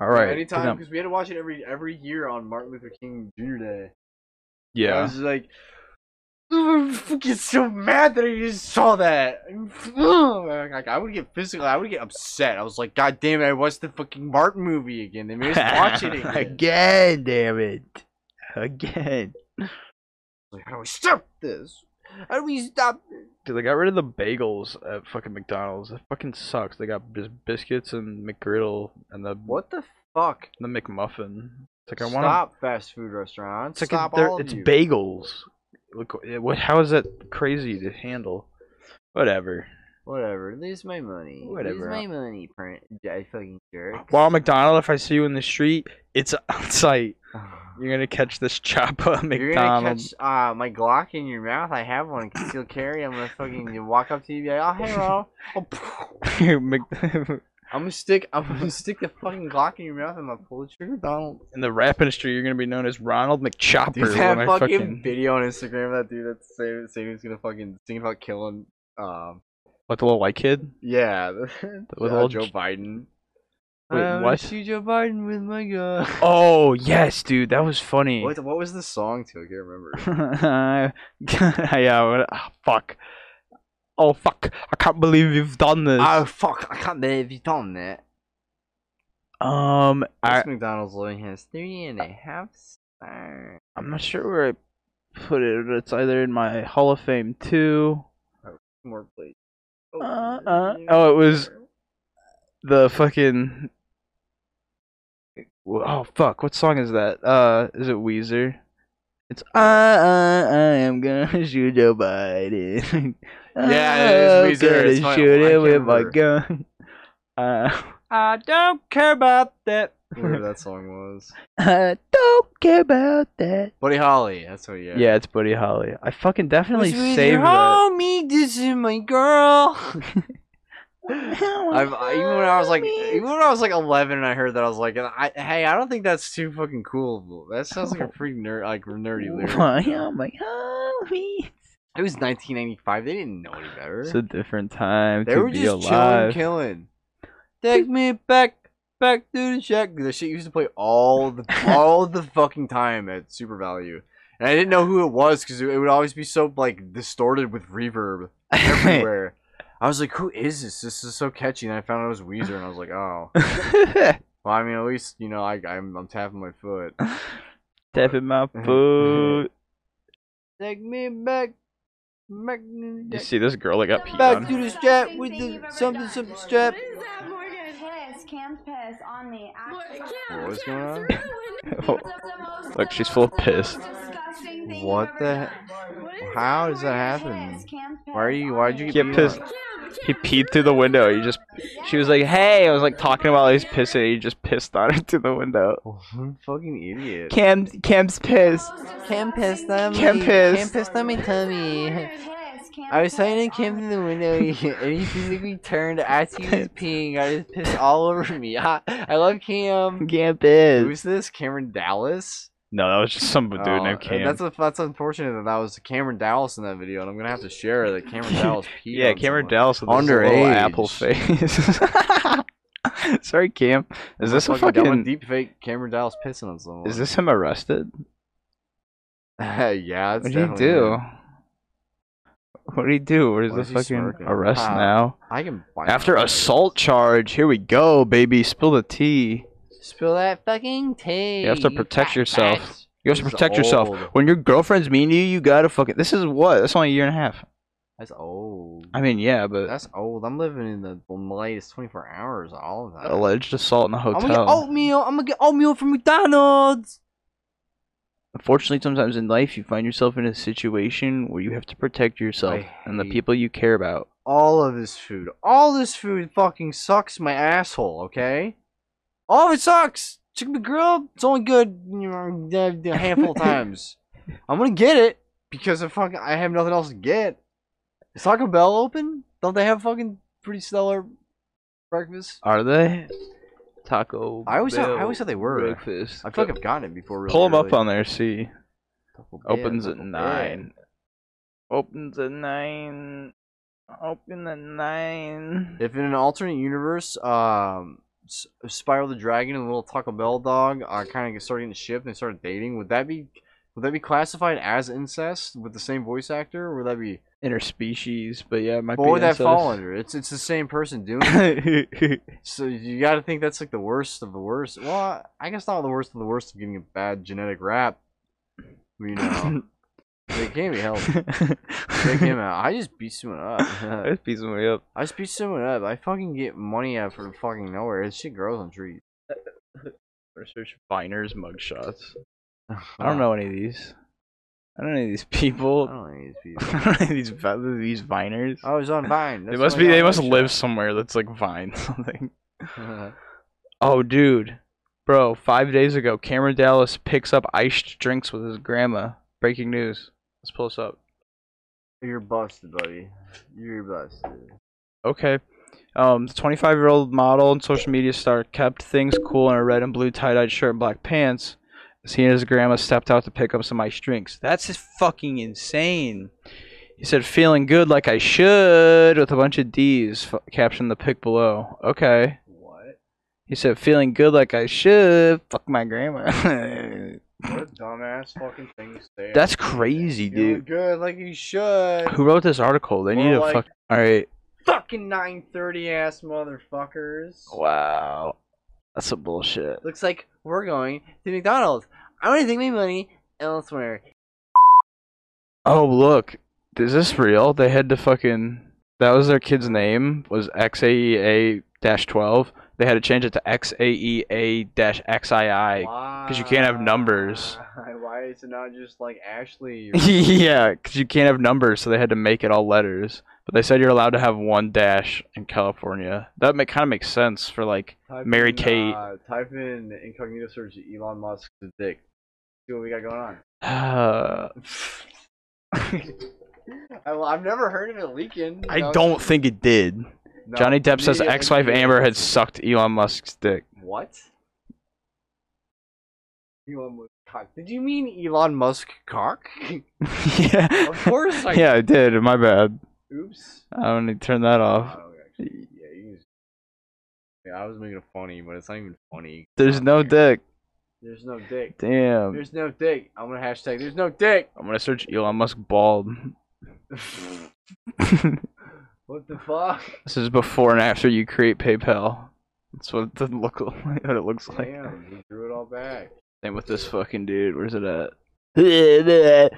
All right. Anytime, Kidnap- because we had to watch it every every year on Martin Luther King Jr. Day. I Yeah. was just like, I'm fucking so mad that I just saw that. Like, I would get physical. I would get upset. I was like, God damn it! I watched the fucking Martin movie again. They made us watch it again. Again, damn it. Again. Like, how do we stop this? How do we stop? This? Dude, they got rid of the bagels at fucking McDonald's. That fucking sucks. They got bis- biscuits and McGriddle and the What the fuck? the McMuffin. It's like I want to. stop fast food restaurants. It's like stop they're- all of it's you. bagels. Look, eh, what? How is that crazy to handle? Whatever. Whatever. Lose my money. Lose Whatever. my money, print. I fucking jerk. Well, McDonald, if I see you in the street, it's on site. You're gonna catch this chopper at You're gonna McDonald's. catch uh, my Glock in your mouth. I have one. Concealed carry. I'm gonna fucking you walk up to you, and be like, "Oh, hey, bro." Oh, Mc- I'm gonna stick. I'm gonna stick the fucking Glock in your mouth. and I'm gonna pull the trigger, Donald. in the rap industry, you're gonna be known as Ronald McChopper. Dude, that when I fucking, video on Instagram. of That dude. That's saying saying he's gonna fucking thinking about killing. Um. like the little white kid. Yeah. With little Joe j- Biden. Wait, I'm gonna what? Shoot Joe Biden with my gun. Oh yes, dude, that was funny. What, what was the song to? I can't remember. yeah, what, ah, fuck. Oh fuck! I can't believe you've done this. oh fuck! I can't believe you done that. um, I, This McDonald's loading has three and a half stars. I'm not sure where I put it. It's either in my Hall of Fame too. More please. Uh, uh, oh, it was- The fucking. Oh fuck! What song is that? Uh, is it Weezer? It's I I I am gonna shoot Joe Biden. Yeah, it is I'm Weezer. It's gonna fine. shoot I him can't with my remember. gun. Uh, I don't care about that. Whatever that song was. I don't care about that. Buddy Holly. That's what. Yeah, Yeah. it's Buddy Holly. I fucking definitely What's with saved your that. homie? This is my girl. I've, I, even when I was like, even when I was like 11, and I heard that, I was like, I, "Hey, I don't think that's too fucking cool." That sounds like a pretty nerd, like nerdy lyric. Why am I hungry? It was 1995. They didn't know any better. It's a different time they to were be just alive. chilling, killing. Take me back, back to the shack. The shit used to play all the all the fucking time at Super Value, and I didn't know who it was because it, it would always be so like distorted with reverb everywhere. I was like, "Who is this? This is so catchy." And I found out it was Weezer, and I was like, "Oh." Well, I mean, at least you know I, I'm I'm tapping my foot. Tapping my Mm-hmm. foot. Take me back, back, You see this girl that got peed back on? to the strap with the something something strap. piss, Cam's piss on me. What was going on? Oh, Look, she's full of piss. What the? How does that happen? Why are you? Why'd you Get beat pissed. up? He peed through the window. He just. She was like, "Hey," I was like talking while he was pissing. He just pissed on her through the window. What a fucking idiot. Cam, Cam's piss. Cam pissed on me. Cam pissed. Cam pissed on my tummy. I was signing Cam through the window, and he physically turned as he was peeing. Got his piss all over me. I, I love Cam. Cam piss. Who's this? Cameron Dallas. No, that was just some dude Oh, named and Cam. That's a, that's unfortunate that that was Cameron Dallas in that video, and I'm gonna have to share that Cameron Dallas. peed yeah, on Cameron someone. Dallas with this little Underage. apple face. Sorry, Cam. Is this a Fucking fucking? deep fake Cameron Dallas pissing on someone? Is this him arrested? yeah, it's What did he definitely do? him. What did he do? Where's Why the is he fucking smirking? arrest Ah. now? I can buy After that. assault charge, here we go, baby. Spill the tea. Spill that fucking tea. You have to protect yourself. You have to This is protect yourself. old. When your girlfriend's mean to you, you gotta fucking. This is what? That's only a year and a half. That's old. I mean, yeah, but That's old. I'm living in the latest 24 hours all the time. alleged assault in a I'm gonna get hotel. oatmeal. I'm gonna get oatmeal from McDonald's. Unfortunately, sometimes in life, you find yourself in a situation where you have to protect yourself I and the hate- people you care about. all of this food. All this food fucking sucks my asshole, okay? All of it sucks! Chicken McGrill, it's only good you know, a handful of times. I'm gonna get it because of fucking I have nothing else to get. Is Taco Bell open? Don't they have fucking pretty stellar breakfast? Are they? Taco. I always thought- I Bell always thought they were. Breakfast. I feel like I've gotten it before. Really, Pull them up really. on there, see. Taco Bell, Opens at Taco Bell. nine. Opens at nine. Open at nine. If in an alternate universe, um, S- Spiral the Dragon and Little Taco Bell Dog are kind of starting to ship and started dating, would that be would that be classified as incest with the same voice actor? Or would that be? Interspecies, but yeah, it might What be. would that incest. fall under? It's it's the same person doing. it. so you got to think that's like the worst of the worst. Well, I guess not the worst of the worst of getting a bad genetic rap. You know, they can't be helped. Check him out. I just beat someone up. That beats me up. I speed someone up. I fucking get money out from fucking nowhere. This shit grows on trees. Or search Viner's mugshots. I don't know any of these. I don't know any of these people. I don't know these people. I don't know these vi- these viners. I was on Vine. they must be. They must live somewhere that's like Vine something. live. Oh, dude, bro. Five days ago, Cameron Dallas picks up iced drinks with his grandma. Breaking news. Let's pull this up. You're busted, buddy. You're busted. Okay. Um, the 25 year old model and social media star kept things cool in a red and blue tie dyed shirt and black pants as he and his grandma stepped out to pick up some ice drinks. That's just fucking insane. He said, feeling good like I should, with a bunch of D's, f- captioned the pic below. Okay. What? He said, "Feeling good like I should." Fuck my grandma. What a dumbass fucking thing to say. That's crazy, Feeling dude. Good, like you should. Who wrote this article? They need Well, to like- fuck. All right. Fucking 930 ass motherfuckers. Wow. That's some bullshit. Looks like we're going to McDonald's. I'm gonna take my money elsewhere. Oh look, is this real? They had to fucking. That was their kid's name. Was XAEA dash twelve. They had to change it to XAEA dash XII. Because you can't have numbers. Why is it not just like Ashley? or- yeah, because you can't have numbers, so they had to make it all letters. But they said you're allowed to have one dash in California. That make, kind of makes sense for like Type Mary in, Kate. Uh, type in incognito search Elon Musk's dick. See what we got going on. Uh, I, I've never heard of it leaking. I don't think it did. Johnny Depp says ex-wife Amber had sucked Elon Musk's dick. What? Elon Musk cock. Did you mean Elon Musk cock? yeah. of course I. yeah, I did. My bad. Oops. I don't need to turn that I off. don't actually- yeah, you can just- yeah, I was making it funny, but it's not even funny. There's no dick. There's no dick. Damn. There's no dick. I'm gonna hashtag. There's no dick. I'm gonna search Elon Musk bald. this what the fuck? is before and after you create PayPal. That's what it doesn't look like. What it looks like. Damn, he drew it all back. Same with this fucking dude. Where's it at?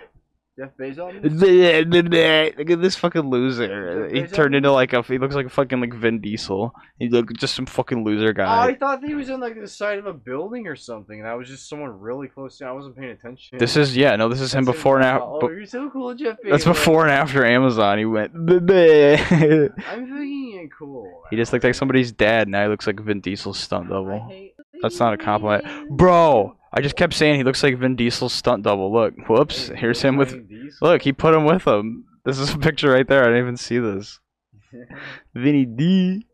Jeff Bezos. Look at this fucking loser. He There's turned a- into like a. He looks like a fucking like Vin Diesel. He look just some fucking loser I guy. thought he was in like the side of a building or something, and I was just someone really close to. I wasn't paying attention. This is yeah. No, this is him That's before and Oh, after. you're so cool, Jeff. That's Bezos. before and after Amazon. He went. "Bleh." I'm fucking cool. he just looked like somebody's dad. Now he looks like Vin Diesel's stunt I double. hate- That's not a compliment, bro. I just kept saying he looks like Vin Diesel's stunt double. Look, whoops. Hey, Here's him with. Vin Diesel. Look, he put him with him. This is a picture right there. I didn't even see this. Vinny D.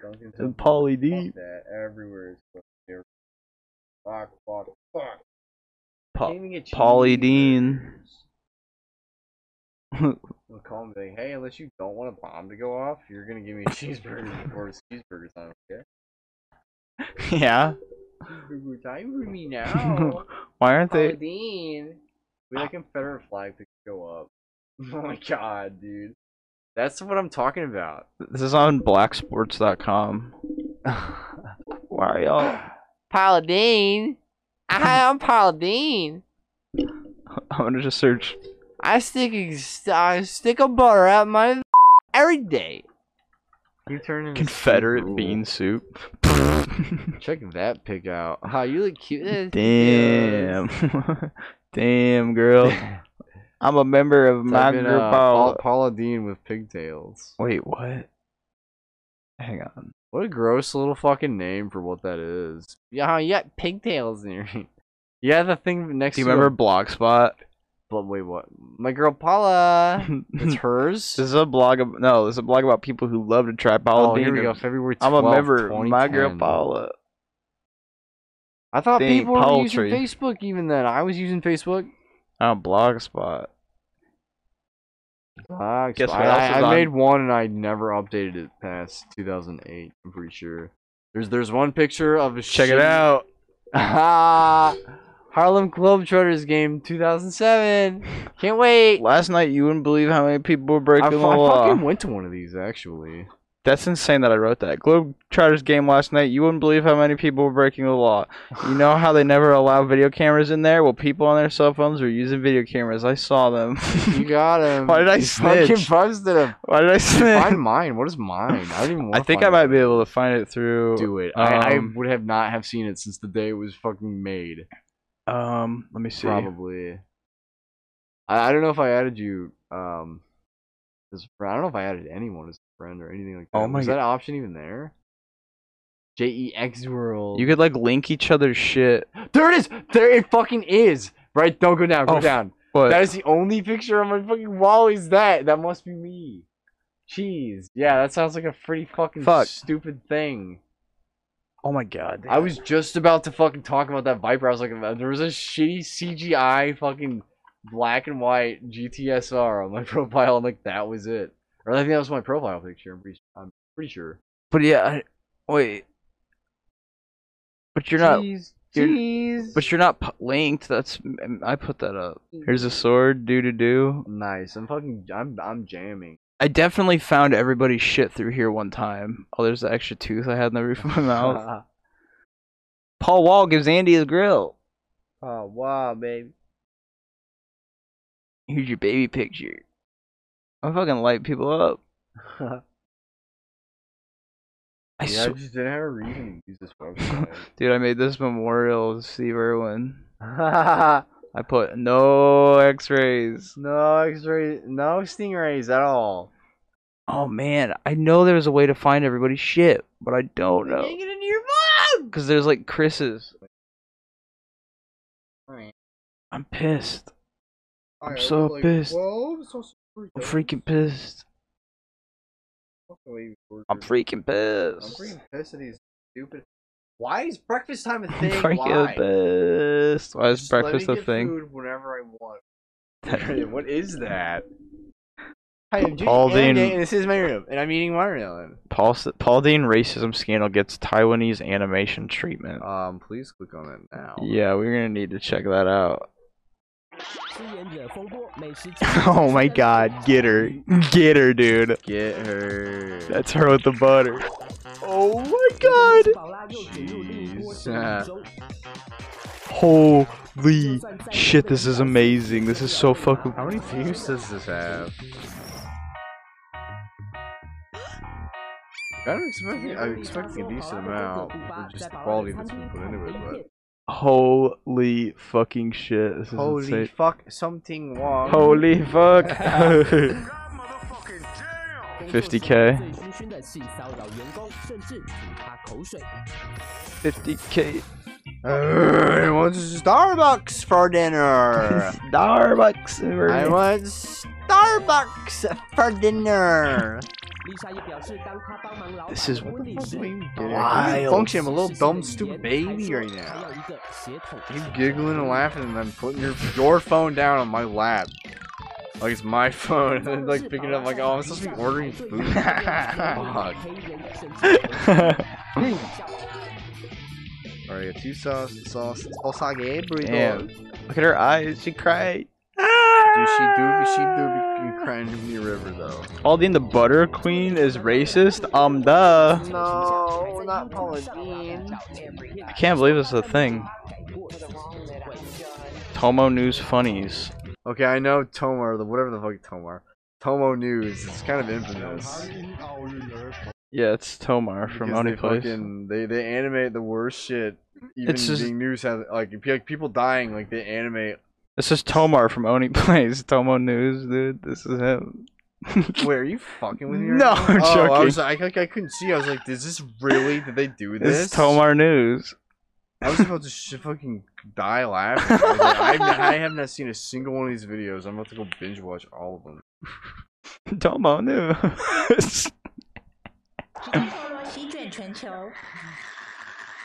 Duncan's And a- Pauly fuck uh, D. That everywhere is fucking fuck, fuck, fuck. Pa- Can't even get Pauly cheeseburgers. Dean. They'll call me like, hey, unless you don't want a bomb to go off, you're gonna give me a cheeseburger before it's cheeseburger time, okay? yeah. Cheeseburger time for me now. Why aren't Pauly they? Dean. We had a Confederate flag to go up. Oh my god, dude. That's what I'm talking about. This is on blacksports.com. Why are y'all? Paula Dean. Hi, I'm Paula Dean. I'm gonna just search. I stick a, I stick a butter up my every day. You turn into Confederate bean soup. Check that pic out. How you look cute. as- Damn. Damn, girl. I'm a member of my Type in, group. uh, Paul- all- Paula Dean with pigtails. Wait, what? Hang on. What a gross little fucking name for what that is. Yeah, how you got pigtails in your. Yeah, the thing next Do you to remember Blogspot? But wait, what? My girl Paula. It's hers. This is a blog. Of, no, this is a blog about people who love to try Paula oh, Dean. here we go. February 12th, I'm a member. of My girl 2010. Paula. I thought Dang, people were using poultry. Facebook even then. I was using Facebook. On uh, Blogspot. Ah, Guess what I, else I- is I on- made one and I never updated it past 2008. I'm pretty sure. There's there's one picture of a Check it shitty- out. Ah, Harlem Globetrotters game 2007. Can't wait. Last night you wouldn't believe how many people were breaking I, fu- the I law. fucking went to one of these actually. That's insane that I wrote that. Globetrotters game last night. You wouldn't believe how many people were breaking the law. You know how they never allow video cameras in there? Well, people on their cell phones were using video cameras. I saw them. You got him. Why did I Fucking snitch? posted him. Why did I snitch? Find mine. What is mine? I didn't even. I wanna think I find might it. be able to find it through. do it. I, I um, would have not have seen it since the day it was fucking made. Um, let me see. Probably. I, I don't know if I added you um as a friend. I don't know if I added anyone as a friend or anything like that. Oh my Was g- that option even there? J E X World. You could like link each other's shit. there it is. There it fucking is. Right? Don't go down. Go Oh, f- down. But That is the only picture on my fucking wall. Is that? That must be me. Jeez. Yeah, that sounds like a pretty fucking Fuck. stupid thing. oh my god. I was just about to fucking talk about that Viper. I was like, there was a shitty CGI fucking black and white GTSR on my profile, and like that was it. Or I think that was my profile picture. I'm pretty, I'm pretty sure. But yeah, I, wait. But you're not. Jeez, you're- jeez. But you're not p- linked. That's I put that up. Here's a sword. Do to do. nice. I'm fucking. I'm I'm jamming. I definitely found everybody's shit through here one time. Oh, there's the extra tooth I had in the roof of my mouth. Paul Wall gives Andy his grill. oh wow, baby. Here's your baby picture. I fucking light people up. yeah, I I sw- just didn't have a reason to use this website. dude, I made this memorial to Steve Irwin. no I put no X-rays. X-ray, no stingrays at all. Oh man, I know there's a way to find everybody's shit, but I don't know Get into your because there's like Chris's. I'm pissed. I'm so pissed. I'm freaking pissed. I'm freaking I'm pissed. freaking pissed at these stupid. Why is breakfast time a I'm thing? freaking Why? pissed. Why is Just let me breakfast a get thing? Food whenever I want. what is that? Paul Dane- this is my room, and I'm eating watermelon. Paul, s- Paul Dean racism scandal gets Taiwanese animation treatment. Um, please click on it now. Yeah, we're gonna need to check that out. 吃盐忍风波，美食 Oh my god, get her. Get her, dude. Get her. That's her with the butter. Oh my god. 宝拉又卷入另一波争议，Jeez 中。 Holy shit, this is amazing. This is so fucking. How many views does this have? I'm expecting, I'm expecting a decent amount. with Just the quality that's been put into it, Holy fucking shit. This is but. insane. fuck, something wrong. Holy fuck. 50K 最醺醺的性骚扰员工，甚至吐他口水。 50k. I want Starbucks for dinner. I Starbucks. want Starbucks for dinner. 丽莎也表示，当她帮忙老板 This is 的婚礼 what the 时 fuck we did. 老 Why? 板 Wild. Function, I'm a little 实施了 dumb, 语 stupid 言还 baby 说还 right now. 有一个血统 You giggling and laughing, and then putting your your phone down on my lap. Like it's my phone, and then like picking it up, like oh, I'm supposed to be ordering food. Fuck. All right, I got two sauce, sauce, salsa every Damn. Dude, Look at her eyes. She cried. Ah! she do be, she do be crying in the river though. Pauline the Butter Queen is racist? Um, duh. No, not Paula Dean. I can't believe this is a thing. Tomo News Funnies. Okay, I know Tomar, the whatever the fuck Tomar. Tomo News, it's kind of infamous. Yeah, it's Tomar from because Only they Place. fucking- they they animate the worst shit. Even It's just- being news has like if you- like, people dying, like they animate. This is Tomar from Oni Plays. Tomo News, dude. This is him. Wait, are you fucking with me? right No, now? I'm oh, I joking. was like, I, I couldn't see. I was like, is this really? Did they do this? this is Tomar News. I was about to sh- fucking die laughing. I, was like, I've n- I have not seen a single one of these videos. I'm about to go binge watch all of them. Tomo News.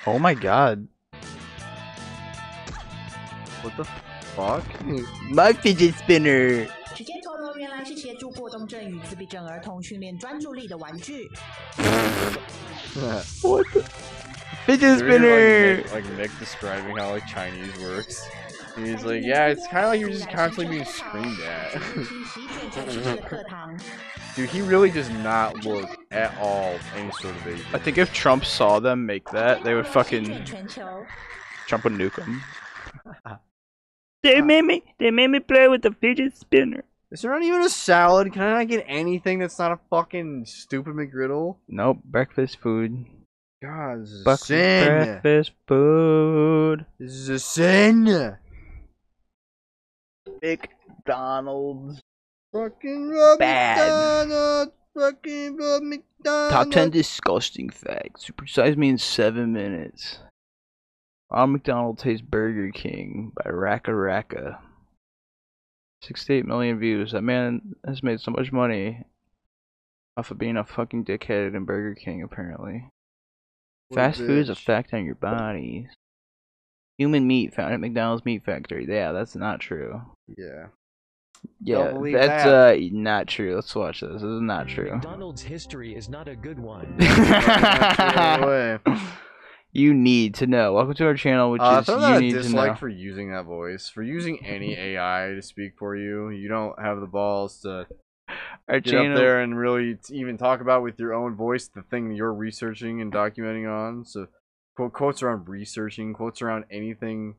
oh my god. What the fuck? My fidget spinner. 只见头头原来是协助过动症与自闭症儿童训练专注力的玩具。 What the? Fidget Did you hear, spinner. Like Nick, like Nick describing how like Chinese works. He's like, yeah, it's kind of like you're just constantly being screamed at. 听席卷全世界的课堂， Dude, he really does not look at all any sort of Asian. I think if Trump saw them make that, they would 席卷 fucking 全球。 Trump would nuke them. They made me. They made me play with the fidget spinner. Is there not even a salad? Can I not get anything that's not a fucking stupid McGriddle? Nope, breakfast food. God, this is a Breakfast- sin. breakfast food. This is a sin. McDonald's. Fucking Rob Bad. McDonald. Fucking Rob McDonald. Top 10 disgusting facts. Supersize me in 7 minutes. Ronald McDonald tastes Burger King by Raka Raka. 68 million views. That man has made so much money off of being a fucking dickhead in Burger King, apparently. What a Fast food is a bitch. fact on your body. Human meat found at McDonald's Meat Factory. Yeah, that's not true. Yeah. Yeah, believe that's that. uh Mm, not true. Let's watch this. This is not true. McDonald's history is not a good one. Fucking not the other way. you need to know. Welcome to our channel, which Uh, is throw you out a need to know. dislike for using that voice. For using any AI to speak for you, you don't have the balls to our get channel. up there and really t- even talk about with your own voice the thing you're researching and documenting on. So, quote, quotes around researching, quotes around anything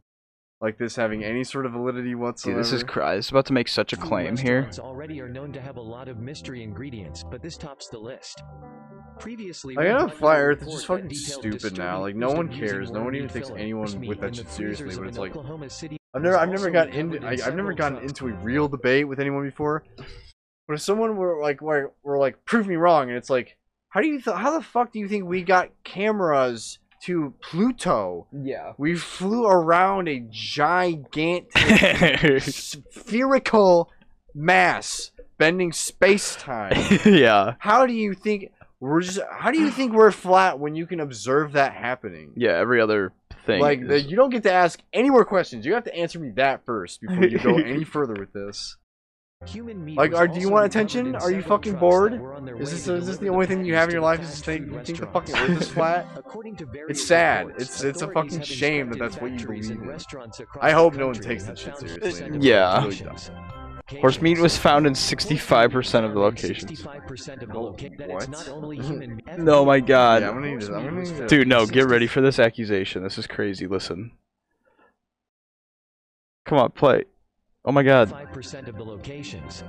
like this having any sort of validity Dude, whatsoever. this is cr- this is about to make such a claim here. Restaurants already are known to have a lot of mystery ingredients, but this tops the list. Previously, Like, I we know had Flat a Earth is report just that fucking detailed stupid disturbing now. Like, no foods one of using cares. No one worm even takes filler, anyone horse meat with that in the shit seriously, freezers of but it's an like- Oklahoma City I've never, was I've never also gotten recovered into, in I, I've never several gotten trucks. into a real debate with anyone before. But if someone were like, were, were like, prove me wrong, and it's like, how do you, th- how the fuck do you think we got cameras to Pluto? Yeah. We flew around a gigantic spherical mass, bending space time. yeah, How do you think we're just? How do you think we're flat when you can observe that happening? yeah. Every other thing. Like the, is- you don't get to ask any more questions. You have to answer me that first before you go any further with this. Human meat Like, was are- do you also want recovered attention? in Are you several fucking trucks bored? that were on their Is way this to is this deliver the only package thing you have in your to life? fast Is this thing? food You think the restaurants. fucking Earth is flat? According to various sad. reports, It's- it's a authorities fucking have shame that inspected that's what you factories believe and in. restaurants across I the hope no one country takes and that have shit found seriously suicide Yeah. situations. Horse meat was Cages. found in 65% of the Horse meat locations. is found in 65% of the Oh, loca- that it's what? not only human- No, my God. Yeah, I'm gonna need to- I'm gonna need to- Dude, no, get ready for this accusation. This is crazy. Listen. Come on, play. Oh my god. 5% of the locations.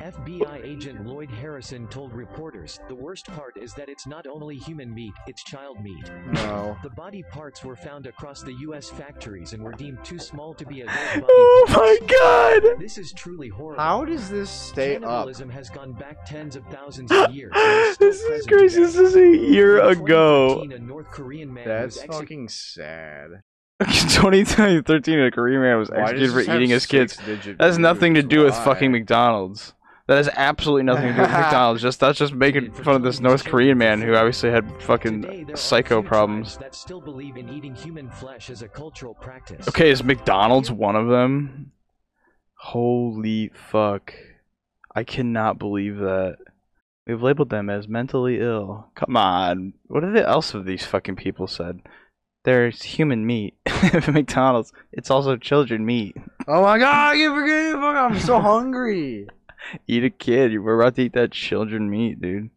FBI agent Lloyd Harrison told reporters, "The worst part is that it's not only human meat, it's child meat. No. The body parts were found across the U.S. factories and were deemed too small to be adult body Oh my parts. god! This is truly horrible. How does this stay up? Cannibalism has gone back tens of thousands of years. and is still This is present crazy. today. This is a year In ago. 2013, a North Korean man was That's executed fucking sad. 2013, a Korean man was Why executed does for this have eating his kids. six-digit That has nothing to numbers? do with Why? fucking McDonald's. That has absolutely nothing to do with McDonald's. Just that's just making fun of this North Korean man who obviously had Today, fucking there are psycho few problems. tribes That still believe in eating human flesh as a cultural practice. Okay, is McDonald's one of them? Holy fuck. I cannot believe that. We've labeled them as mentally ill. Come on. What are the else of these fucking people said? There's human meat. McDonald's. It's also children meat. Oh my god, you forget fuck, I'm so hungry. Eat a kid. You- We're about to eat that children meat, dude.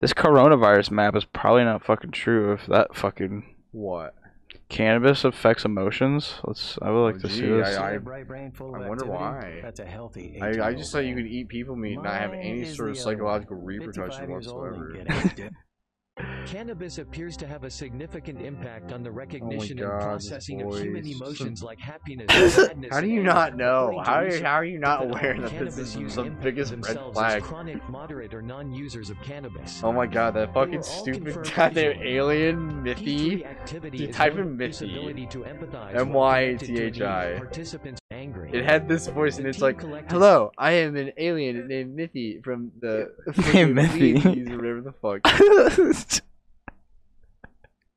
This coronavirus map is probably not fucking true if that fucking What? cannabis affects emotions. Let's I would like to Oh, see gee, this. I- I- bright brain full I wonder why. That's a healthy. I, I just thought you could eat people meat and not have any sort of psychological repercussion whatsoever. Cannabis appears to have a significant impact on the recognition Oh God, and this processing of human voice. emotions like happiness, sadness, How do and you anger. not know? According to How are you, research, how are you not that aware all that this cannabis is use the impact biggest red themselves as flag? Chronic, moderate, or non-users of cannabis. Oh my god, that fucking all stupid confirmed goddamn visual. alien mythy. P3 activity You is type one in whose Mithi, ability to empathize M while Y A connected to T a H meeting. I. Participants angry. It had this voice and The it's team like, collected- "Hello, I am an alien named Mithi from the Named Mithi. Mithi or whatever the fuck."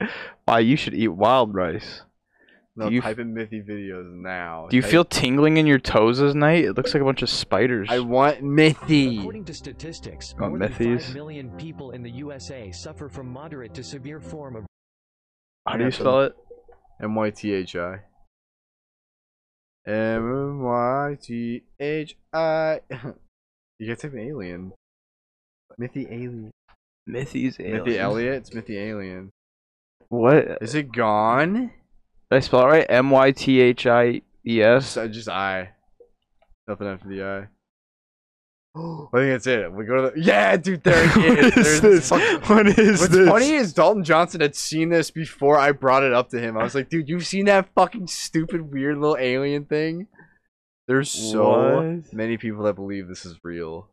uh, Why you should eat wild rice. No, Do you type in Mithi videos now. Do you Type- feel tingling in your toes at night? It looks like a bunch of spiders. I want Mithi. According to statistics, Oh, more than Mithis. 5 million people in the USA suffer from moderate to severe form of How do you spell it? M Y T H I. M Y T H I. You gotta type in alien. Mithi alien. Mithy's Mithi Elliot? It's Mithi alien. What? Did Is it gone? I spell it right? M Y T H I E S. Just, uh, just I. Nothing after the I. I think that's it. We go to the. Yeah, dude, there What it is. is There's this? this fucking- What is What's this? funny is Dalton Johnson had seen this before I brought it up to him. I was like, dude, you've seen that fucking stupid weird little alien thing? There's so What? many people that believe this is real.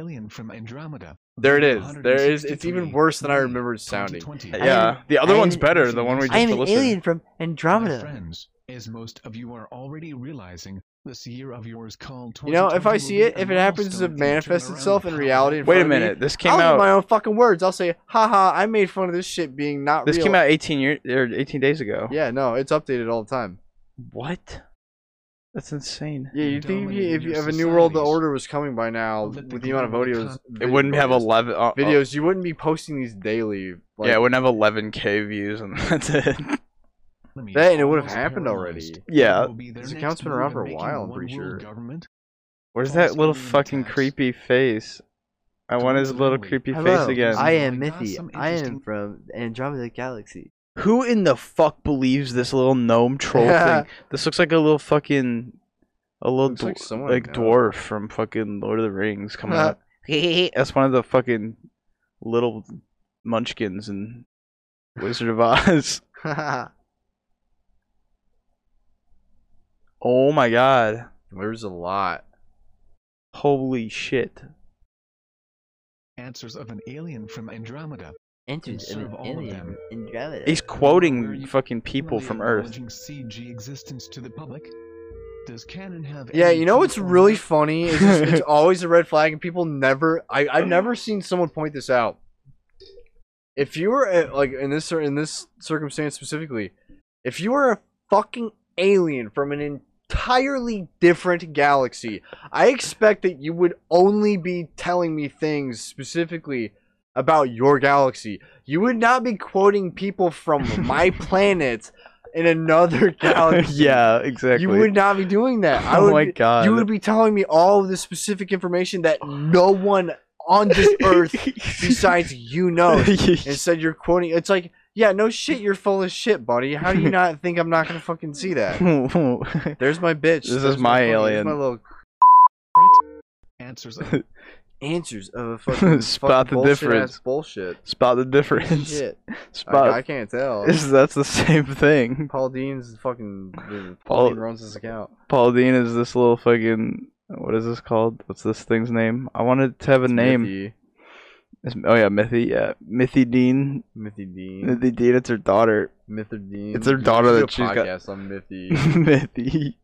Alien from Andromeda. There it is. There it is. It's even worse than I remembered sounding. yeah, the other I one's am- better. The one we just I am an listened. from Andromeda. friends, as most of you are already realizing, this year of yours called You know, if I see it, if it happens to manifest itself in reality, in front Wait a of me, minute. This came I'll use out. my own fucking words. I'll say, haha, I made fun of this shit being not this real. came out 18 years or 18 days ago. Yeah, no, it's updated all the time. What? That's insane. Yeah, you think if, you, if, Dominating you, if your a new world the societies. order was coming by now, That with the amount of global videos, It wouldn't have economy- 11. Uh, uh, videos, you wouldn't be posting these daily. Like, yeah, it wouldn't have 11k views, and that's it. That and it would've happened already. Yeah. This account's been around for a while, I'm pretty sure. Government? Where's that False little alien fucking attacks. creepy face? I want his little Hello, creepy face Hello, again. I am Like, that's Mithy. some I am interesting- from Andromeda Galaxy. Who in the fuck believes this little gnome troll thing? This looks like a little fucking, a little Looks dw- like like, someone Uh-huh. I know. dwarf from fucking Lord of the Rings coming up. That's one of the fucking little munchkins in Wizard of Oz. Oh my god! There's a lot. Holy shit! Answers of an alien from Andromeda. Enters in an alien Andromeda. He's Where quoting you fucking people Formally from Earth. acknowledging CG existence to the public. Does canon have? Yeah, any you know what's form of- really funny is it's, it's always a red flag, and people never. I Um, I've never seen someone point this out. If you were uh, like in this in this circumstance specifically, if you were a fucking alien from an entirely different galaxy, I expect that you would only be telling me things specifically about your galaxy. You would not be quoting people from my planet in another galaxy. yeah, exactly. You would not be doing that. I Oh would my be- God. You would be telling me all of the specific information that no one on this earth besides you knows. Instead, you're quoting. It's like, yeah, no shit, you're full of shit, buddy. How do you not think I'm not gonna fucking see that? There's my bitch. This is There's my fucking- there's alien. My little Answers of answers of a fucking Spot fucking the bullshit difference. ass Bullshit. Spot the difference. Shit. I, Spot. I can't tell. This- that's the same thing. Paul Dean's fucking. Paul, Paul- Dean runs this account. Paul Dean is this little fucking. What is this called? What's this thing's name? I wanted to have a name. Mithy, It's, oh yeah, Mithy. Yeah, Mithy Dean. Mithy Dean. Mithy Dean. It's her daughter. Mithy Dean. It's her daughter Do a that she's got. podcast on Mithy. Mithy.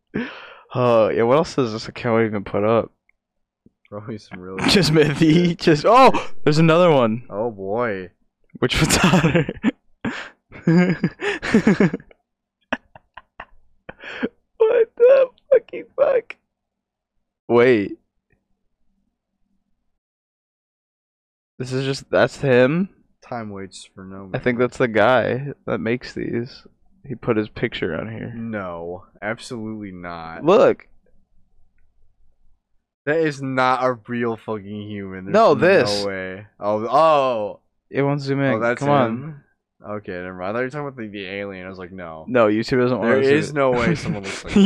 Oh yeah. What else does this account even put up? Probably some really. Just Mithy. Just oh, there's another one. Oh boy. Which one's hotter? what the fucking fuck? Wait. This is just that's him? Time waits for no man. I think that's the guy that makes these. He put his picture on here. No, absolutely not. Look. That is not a real fucking human. There's No, this. No way. Oh, oh, It won't zoom in. oh that's Come on. him. Okay, never mind. I thought you were talking about the, the alien. I was like, no. No, YouTube doesn't want There to see is it. no way someone looks like that.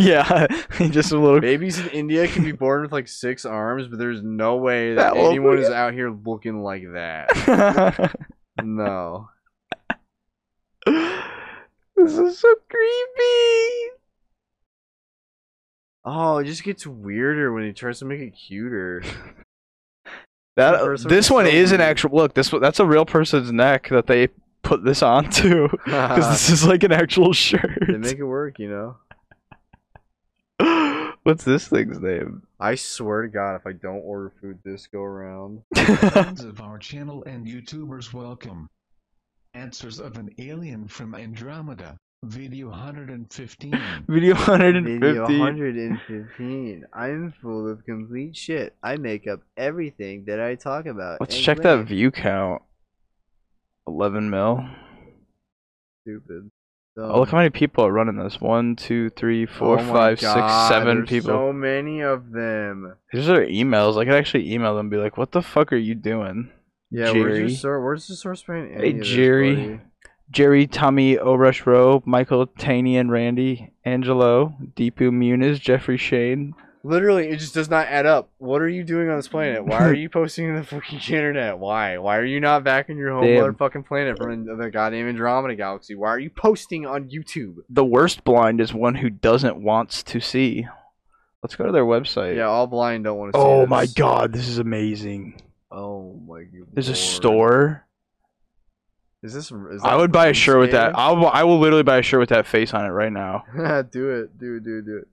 Yeah. just a little Babies in India can be born with like six arms, but there's no way that, That won't anyone be is out here looking like that. no. This is so creepy. Oh, it just gets weirder when he tries to make it cuter. That The person this was one so is an weird. actual look. This one- that's a real person's neck that they put this onto because they this is like an actual shirt. make it work, you know. What's this thing's name? I swear to God, if I don't order food this go around, friends of our channel and YouTubers welcome. Answers of an alien from Andromeda. Video 115. Video 150. video 115. I'm full of complete shit. I make up everything that I talk about. Let's and check that laugh. view count. 11 mil. Stupid. Oh, look how many people are running this. One, two, three, four, Oh my five, six, God, seven there's people. So many of them. These are emails. I could actually email them and be like, what the fuck are you doing? Yeah, where's your Jerry. sor- where's the source behind Hey, any of this, Jerry. buddy? Jerry, Tommy, Obrush Rowe, Michael, Taney, and Randy, Angelo, Deepu Muniz, Jeffrey Shane. Literally, it just does not add up. What are you doing on this planet? Why are you posting on the fucking internet? Why? Why are you not back on your home Damn. motherfucking planet from the goddamn Andromeda galaxy? Why are you posting on YouTube? The worst blind is one who doesn't wants to see. Let's go to their website. Yeah, all blind don't want to. oh see my this. god, this is amazing. Oh my god. There's a store. Is this? Is I that would buy a fucking shirt with that. scam? I'll, I will literally buy a shirt with that face on it right now. do it, do it, do it, do it.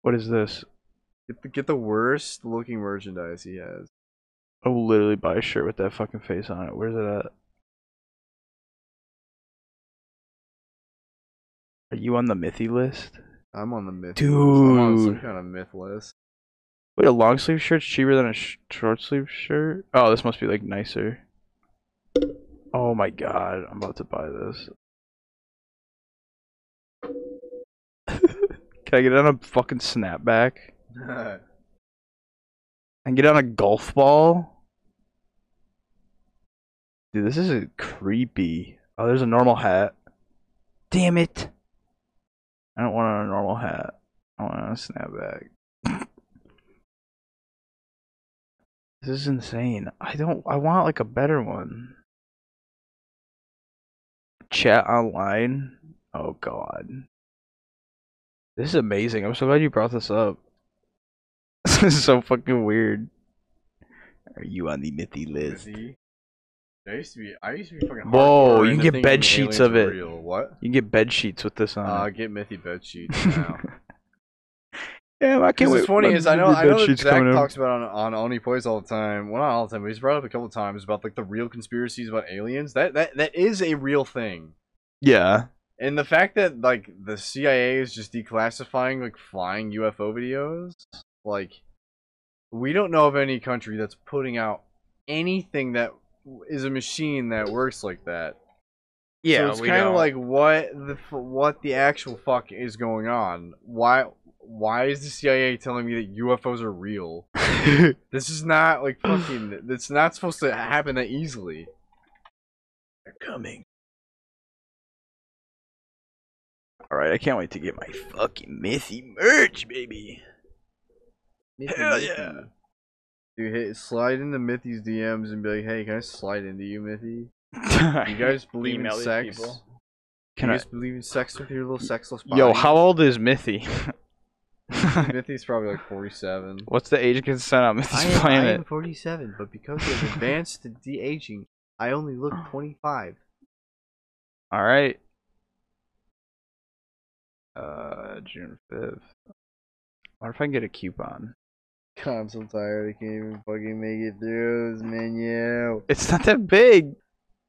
What is this? Get the, get the worst looking merchandise he has. I will literally buy a shirt with that fucking face on it. Where's it at? Are you on the Mythy list? I'm on the myth. list. I'm on some Dude. kind of myth list. Wait, a long sleeve shirt's cheaper than a sh- short sleeve shirt? Oh, this must be like nicer. Oh my god, I'm about to buy this. Can I get it on a fucking snapback? I can get it on a golf ball? Dude, this is creepy. Oh, there's a normal hat. Damn it. I don't want a normal hat. I want a snapback. This is insane. I don't. I want like a better one. Chat online. Oh god. This is amazing. I'm so glad you brought this up. This is so fucking weird. Are you on the mythy list? See? I used to be. I used to be fucking. Whoa, hardcore you can into get thinking bed sheets aliens of were it. Real. What? You can get bed sheets with this Uh, on. it. get mythy bed sheets now. Damn, I can't Because wait. what's funny my- is I know my I know bed that sheets Zach coming in. talks about on on Only Plays all the time. Well, not all the time, but he's brought up a couple times about like the real conspiracies about aliens. That that that is a real thing. Yeah. And the fact that like the CIA is just declassifying like flying UFO videos, like we don't know of any country that's putting out anything that is a machine that works like that. so it's kind of like what the f- what the actual fuck is going on? Why why is the CIA telling me that UFOs are real? like. This is not like fucking. It's not supposed to happen that easily. They're coming. Alright, I can't wait to get my fucking mythy merch, baby. Hell yeah. Dude, hit, slide into Mithy's DMs and be like, "Hey, can I slide into you, Mithy? You guys believe in Email these sex? people. Can Can you I, guys believe in sex with your little sexless body?" yo, how old is Mythy? Mithy's probably like forty-seven. What's the age consent on Mythy's planet? 47, but because of advanced de aging, I only look 25. Alright. Uh, June 5th. What if I can get a coupon? God, I'm so tired. I can't even fucking make it through this menu. It's not that big!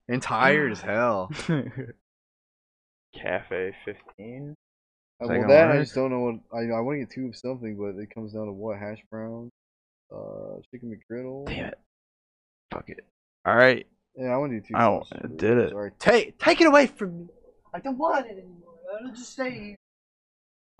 And tired as hell. Cafe 15? Is Uh, that well, gonna that I work? just don't know what I. I want to get two of something, but it comes down to what hash brown, uh, chicken McGriddle. Damn it. Fuck it. Alright. Yeah, I want to do two. Oh, sausage I rolls. did it. Sorry. Take take it away from me. I don't want it anymore. I'll just say.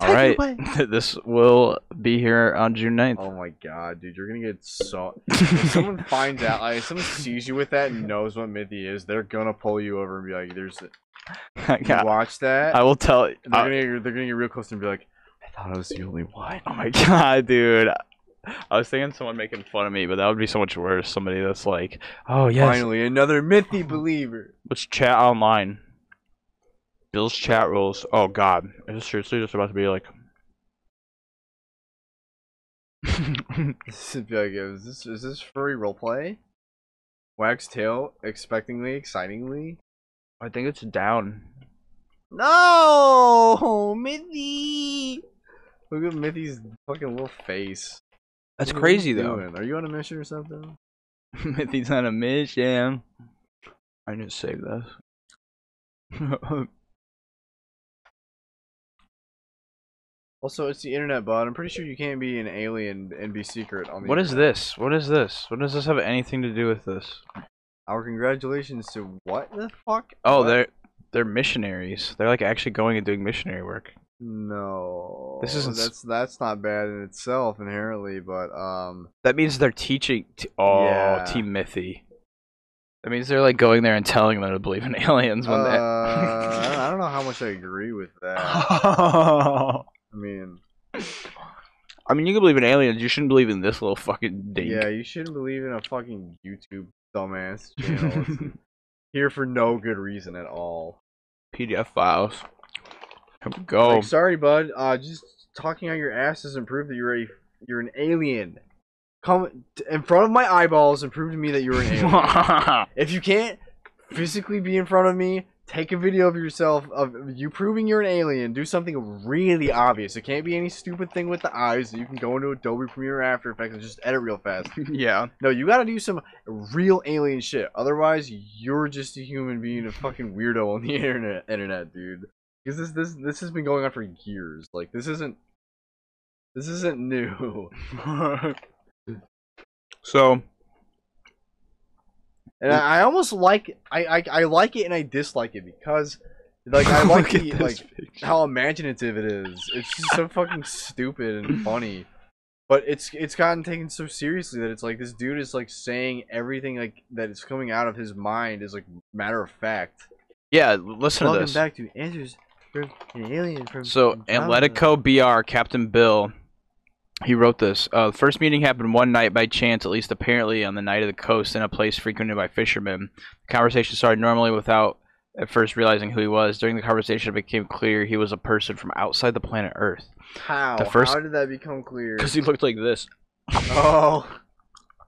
All right. this will be here on June 9th. Oh my god, dude, you're gonna get so. If someone finds out, like, if someone sees you with that and knows what Mithy is, they're gonna pull you over and be like, "There's, I, you got- watch that." I will tell. And I- they're gonna they're gonna get real close and be like, "I thought I was the only one." oh my god, dude. I was thinking someone making fun of me, but that would be so much worse. Somebody that's like, oh, yes, Finally, another Mithy believer. let's chat online. Bill's chat rules. Oh god. Is this seriously just about to be like. This is be like, is this is this furry roleplay? Wax tail, expectingly, excitingly. I think it's down. No, Mithy. Look at Mithy's fucking little face. That's What are you crazy, though. doing? Are you on a mission or something? Mithy's on a mission. I need to save this. Also, it's the internet bot. I'm pretty sure you can't be an alien and be secret on the. What is internet. this? What is this? What does this have anything to do with this? Our congratulations to what the fuck? Oh, What? they're they're missionaries. They're like actually going and doing missionary work. No. This isn't s- That's that's not bad in itself inherently, but um. That means they're teaching. T- oh, Yeah. Team Mythy. That means they're like going there and telling them to believe in aliens when uh, they. I don't know how much I agree with that. I mean, I mean, you can believe in aliens. You shouldn't believe in this little fucking dink. yeah, you shouldn't believe in a fucking YouTube dumbass channel It's here for no good reason at all. PDF files. Here we go. Like, sorry, bud. Uh, just talking out your ass doesn't prove that you're a you're an alien. Come t- in front of my eyeballs and prove to me that you're an alien. if you can't physically be in front of me, take a video of yourself of you proving you're an alien. Do something really obvious. It can't be any stupid thing with the eyes that you can go into Adobe Premiere or After Effects and just edit real fast. yeah. No, you gotta do some real alien shit. Otherwise, you're just a human being, a fucking weirdo on the internet, internet, dude. Because this this this has been going on for years. Like this isn't this isn't new. So And I, I almost like I, I I like it and I dislike it because like I like Look at the, this like picture. how imaginative it is. It's just so fucking stupid and funny. But it's it's gotten taken so seriously that it's like this dude is like saying everything like that is coming out of his mind is like matter of fact. yeah, listen to Welcome this. back to Answers from an Alien from So Atletico BR Captain Bill, he wrote this. Uh, the first meeting happened one night by chance, at least apparently on the night of the coast in a place frequented by fishermen. The conversation started normally without at first realizing who he was. During the conversation, it became clear he was a person from outside the planet Earth How? the first- How did that become clear? because he looked like this. Oh.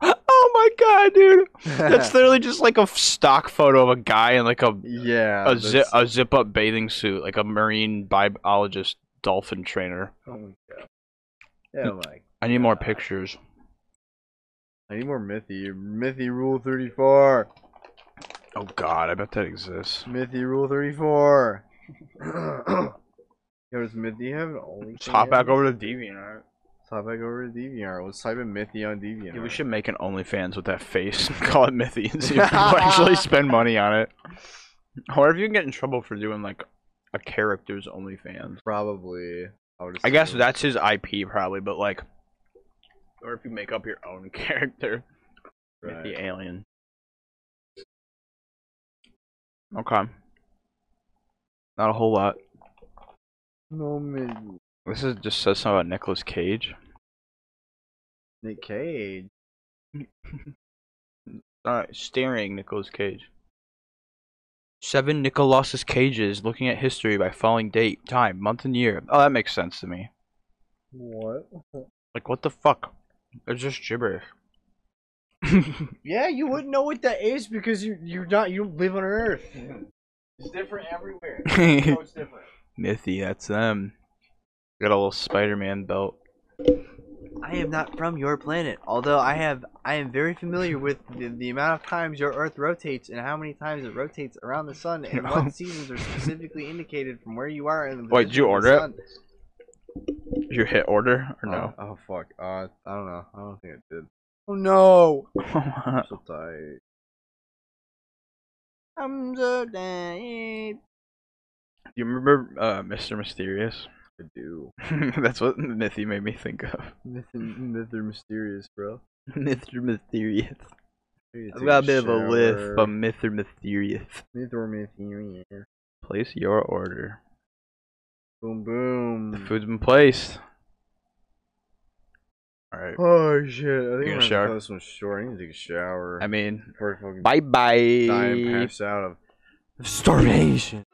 Oh my god, dude! That's literally just like a f- stock photo of a guy in like a yeah. a, zi- that's- a zip up bathing suit, like a marine biologist dolphin trainer. Oh my god. Oh Yeah, like I need more Yeah. pictures. I need more Mythy. Mythy rule thirty four. Oh god, I bet that exists. Mythy rule thirty four. Yo, does Mythy have an OnlyFans? Just hop back over to DeviantArt. Let's hop back over to DeviantArt. Let's type in Mythy on DeviantArt. Yeah, we should make an OnlyFans with that face and call it Mythy and see if people actually spend money on it. Or if you can get in trouble for doing like a character's OnlyFans. probably. I, would I guess assume. that's his IP probably, but like, or if you make up your own character, Mythy Right. Alien. Okay. Not a whole lot. eh? No Mythy. This is just says something about Nicolas Cage. Nick Cage. uh, staring Nicolas Cage. Seven Nicolas Cages looking at history by following date, time, month, and year. Oh, that makes sense to me. What? Like, what the fuck? It's just gibberish. Yeah, you wouldn't know what that is because you you're not you don't live on Earth. It's different everywhere. No, it's different. Mythy, that's them. Got a little Spider Man belt. I am not from your planet, although I have I am very familiar with the, the amount of times your Earth rotates and how many times it rotates around the sun and No. what seasons are specifically indicated from where you are in the Wait, did position you of the order it? sun. Did you hit order or no? Oh, oh, fuck. Uh I don't know. I don't think it did. Oh no. Uh. Oh. I'm so tired. I'm so tired. you remember uh, Mr. Mysterious? I do. that's what Mythy made me think of. Myth and myth are mysterious, bro. Mr. Mysterious. I need to I've take got a bit of a shower. whiff of Mr. Mysterious. Myth or mysterious. Place your order. Boom boom. The food's been placed. Alright. Oh shit! I You think I'm gonna gonna shower? shower. This one short. I need to take a shower. I mean, before I fucking bye die and bye. pass out of Starvation.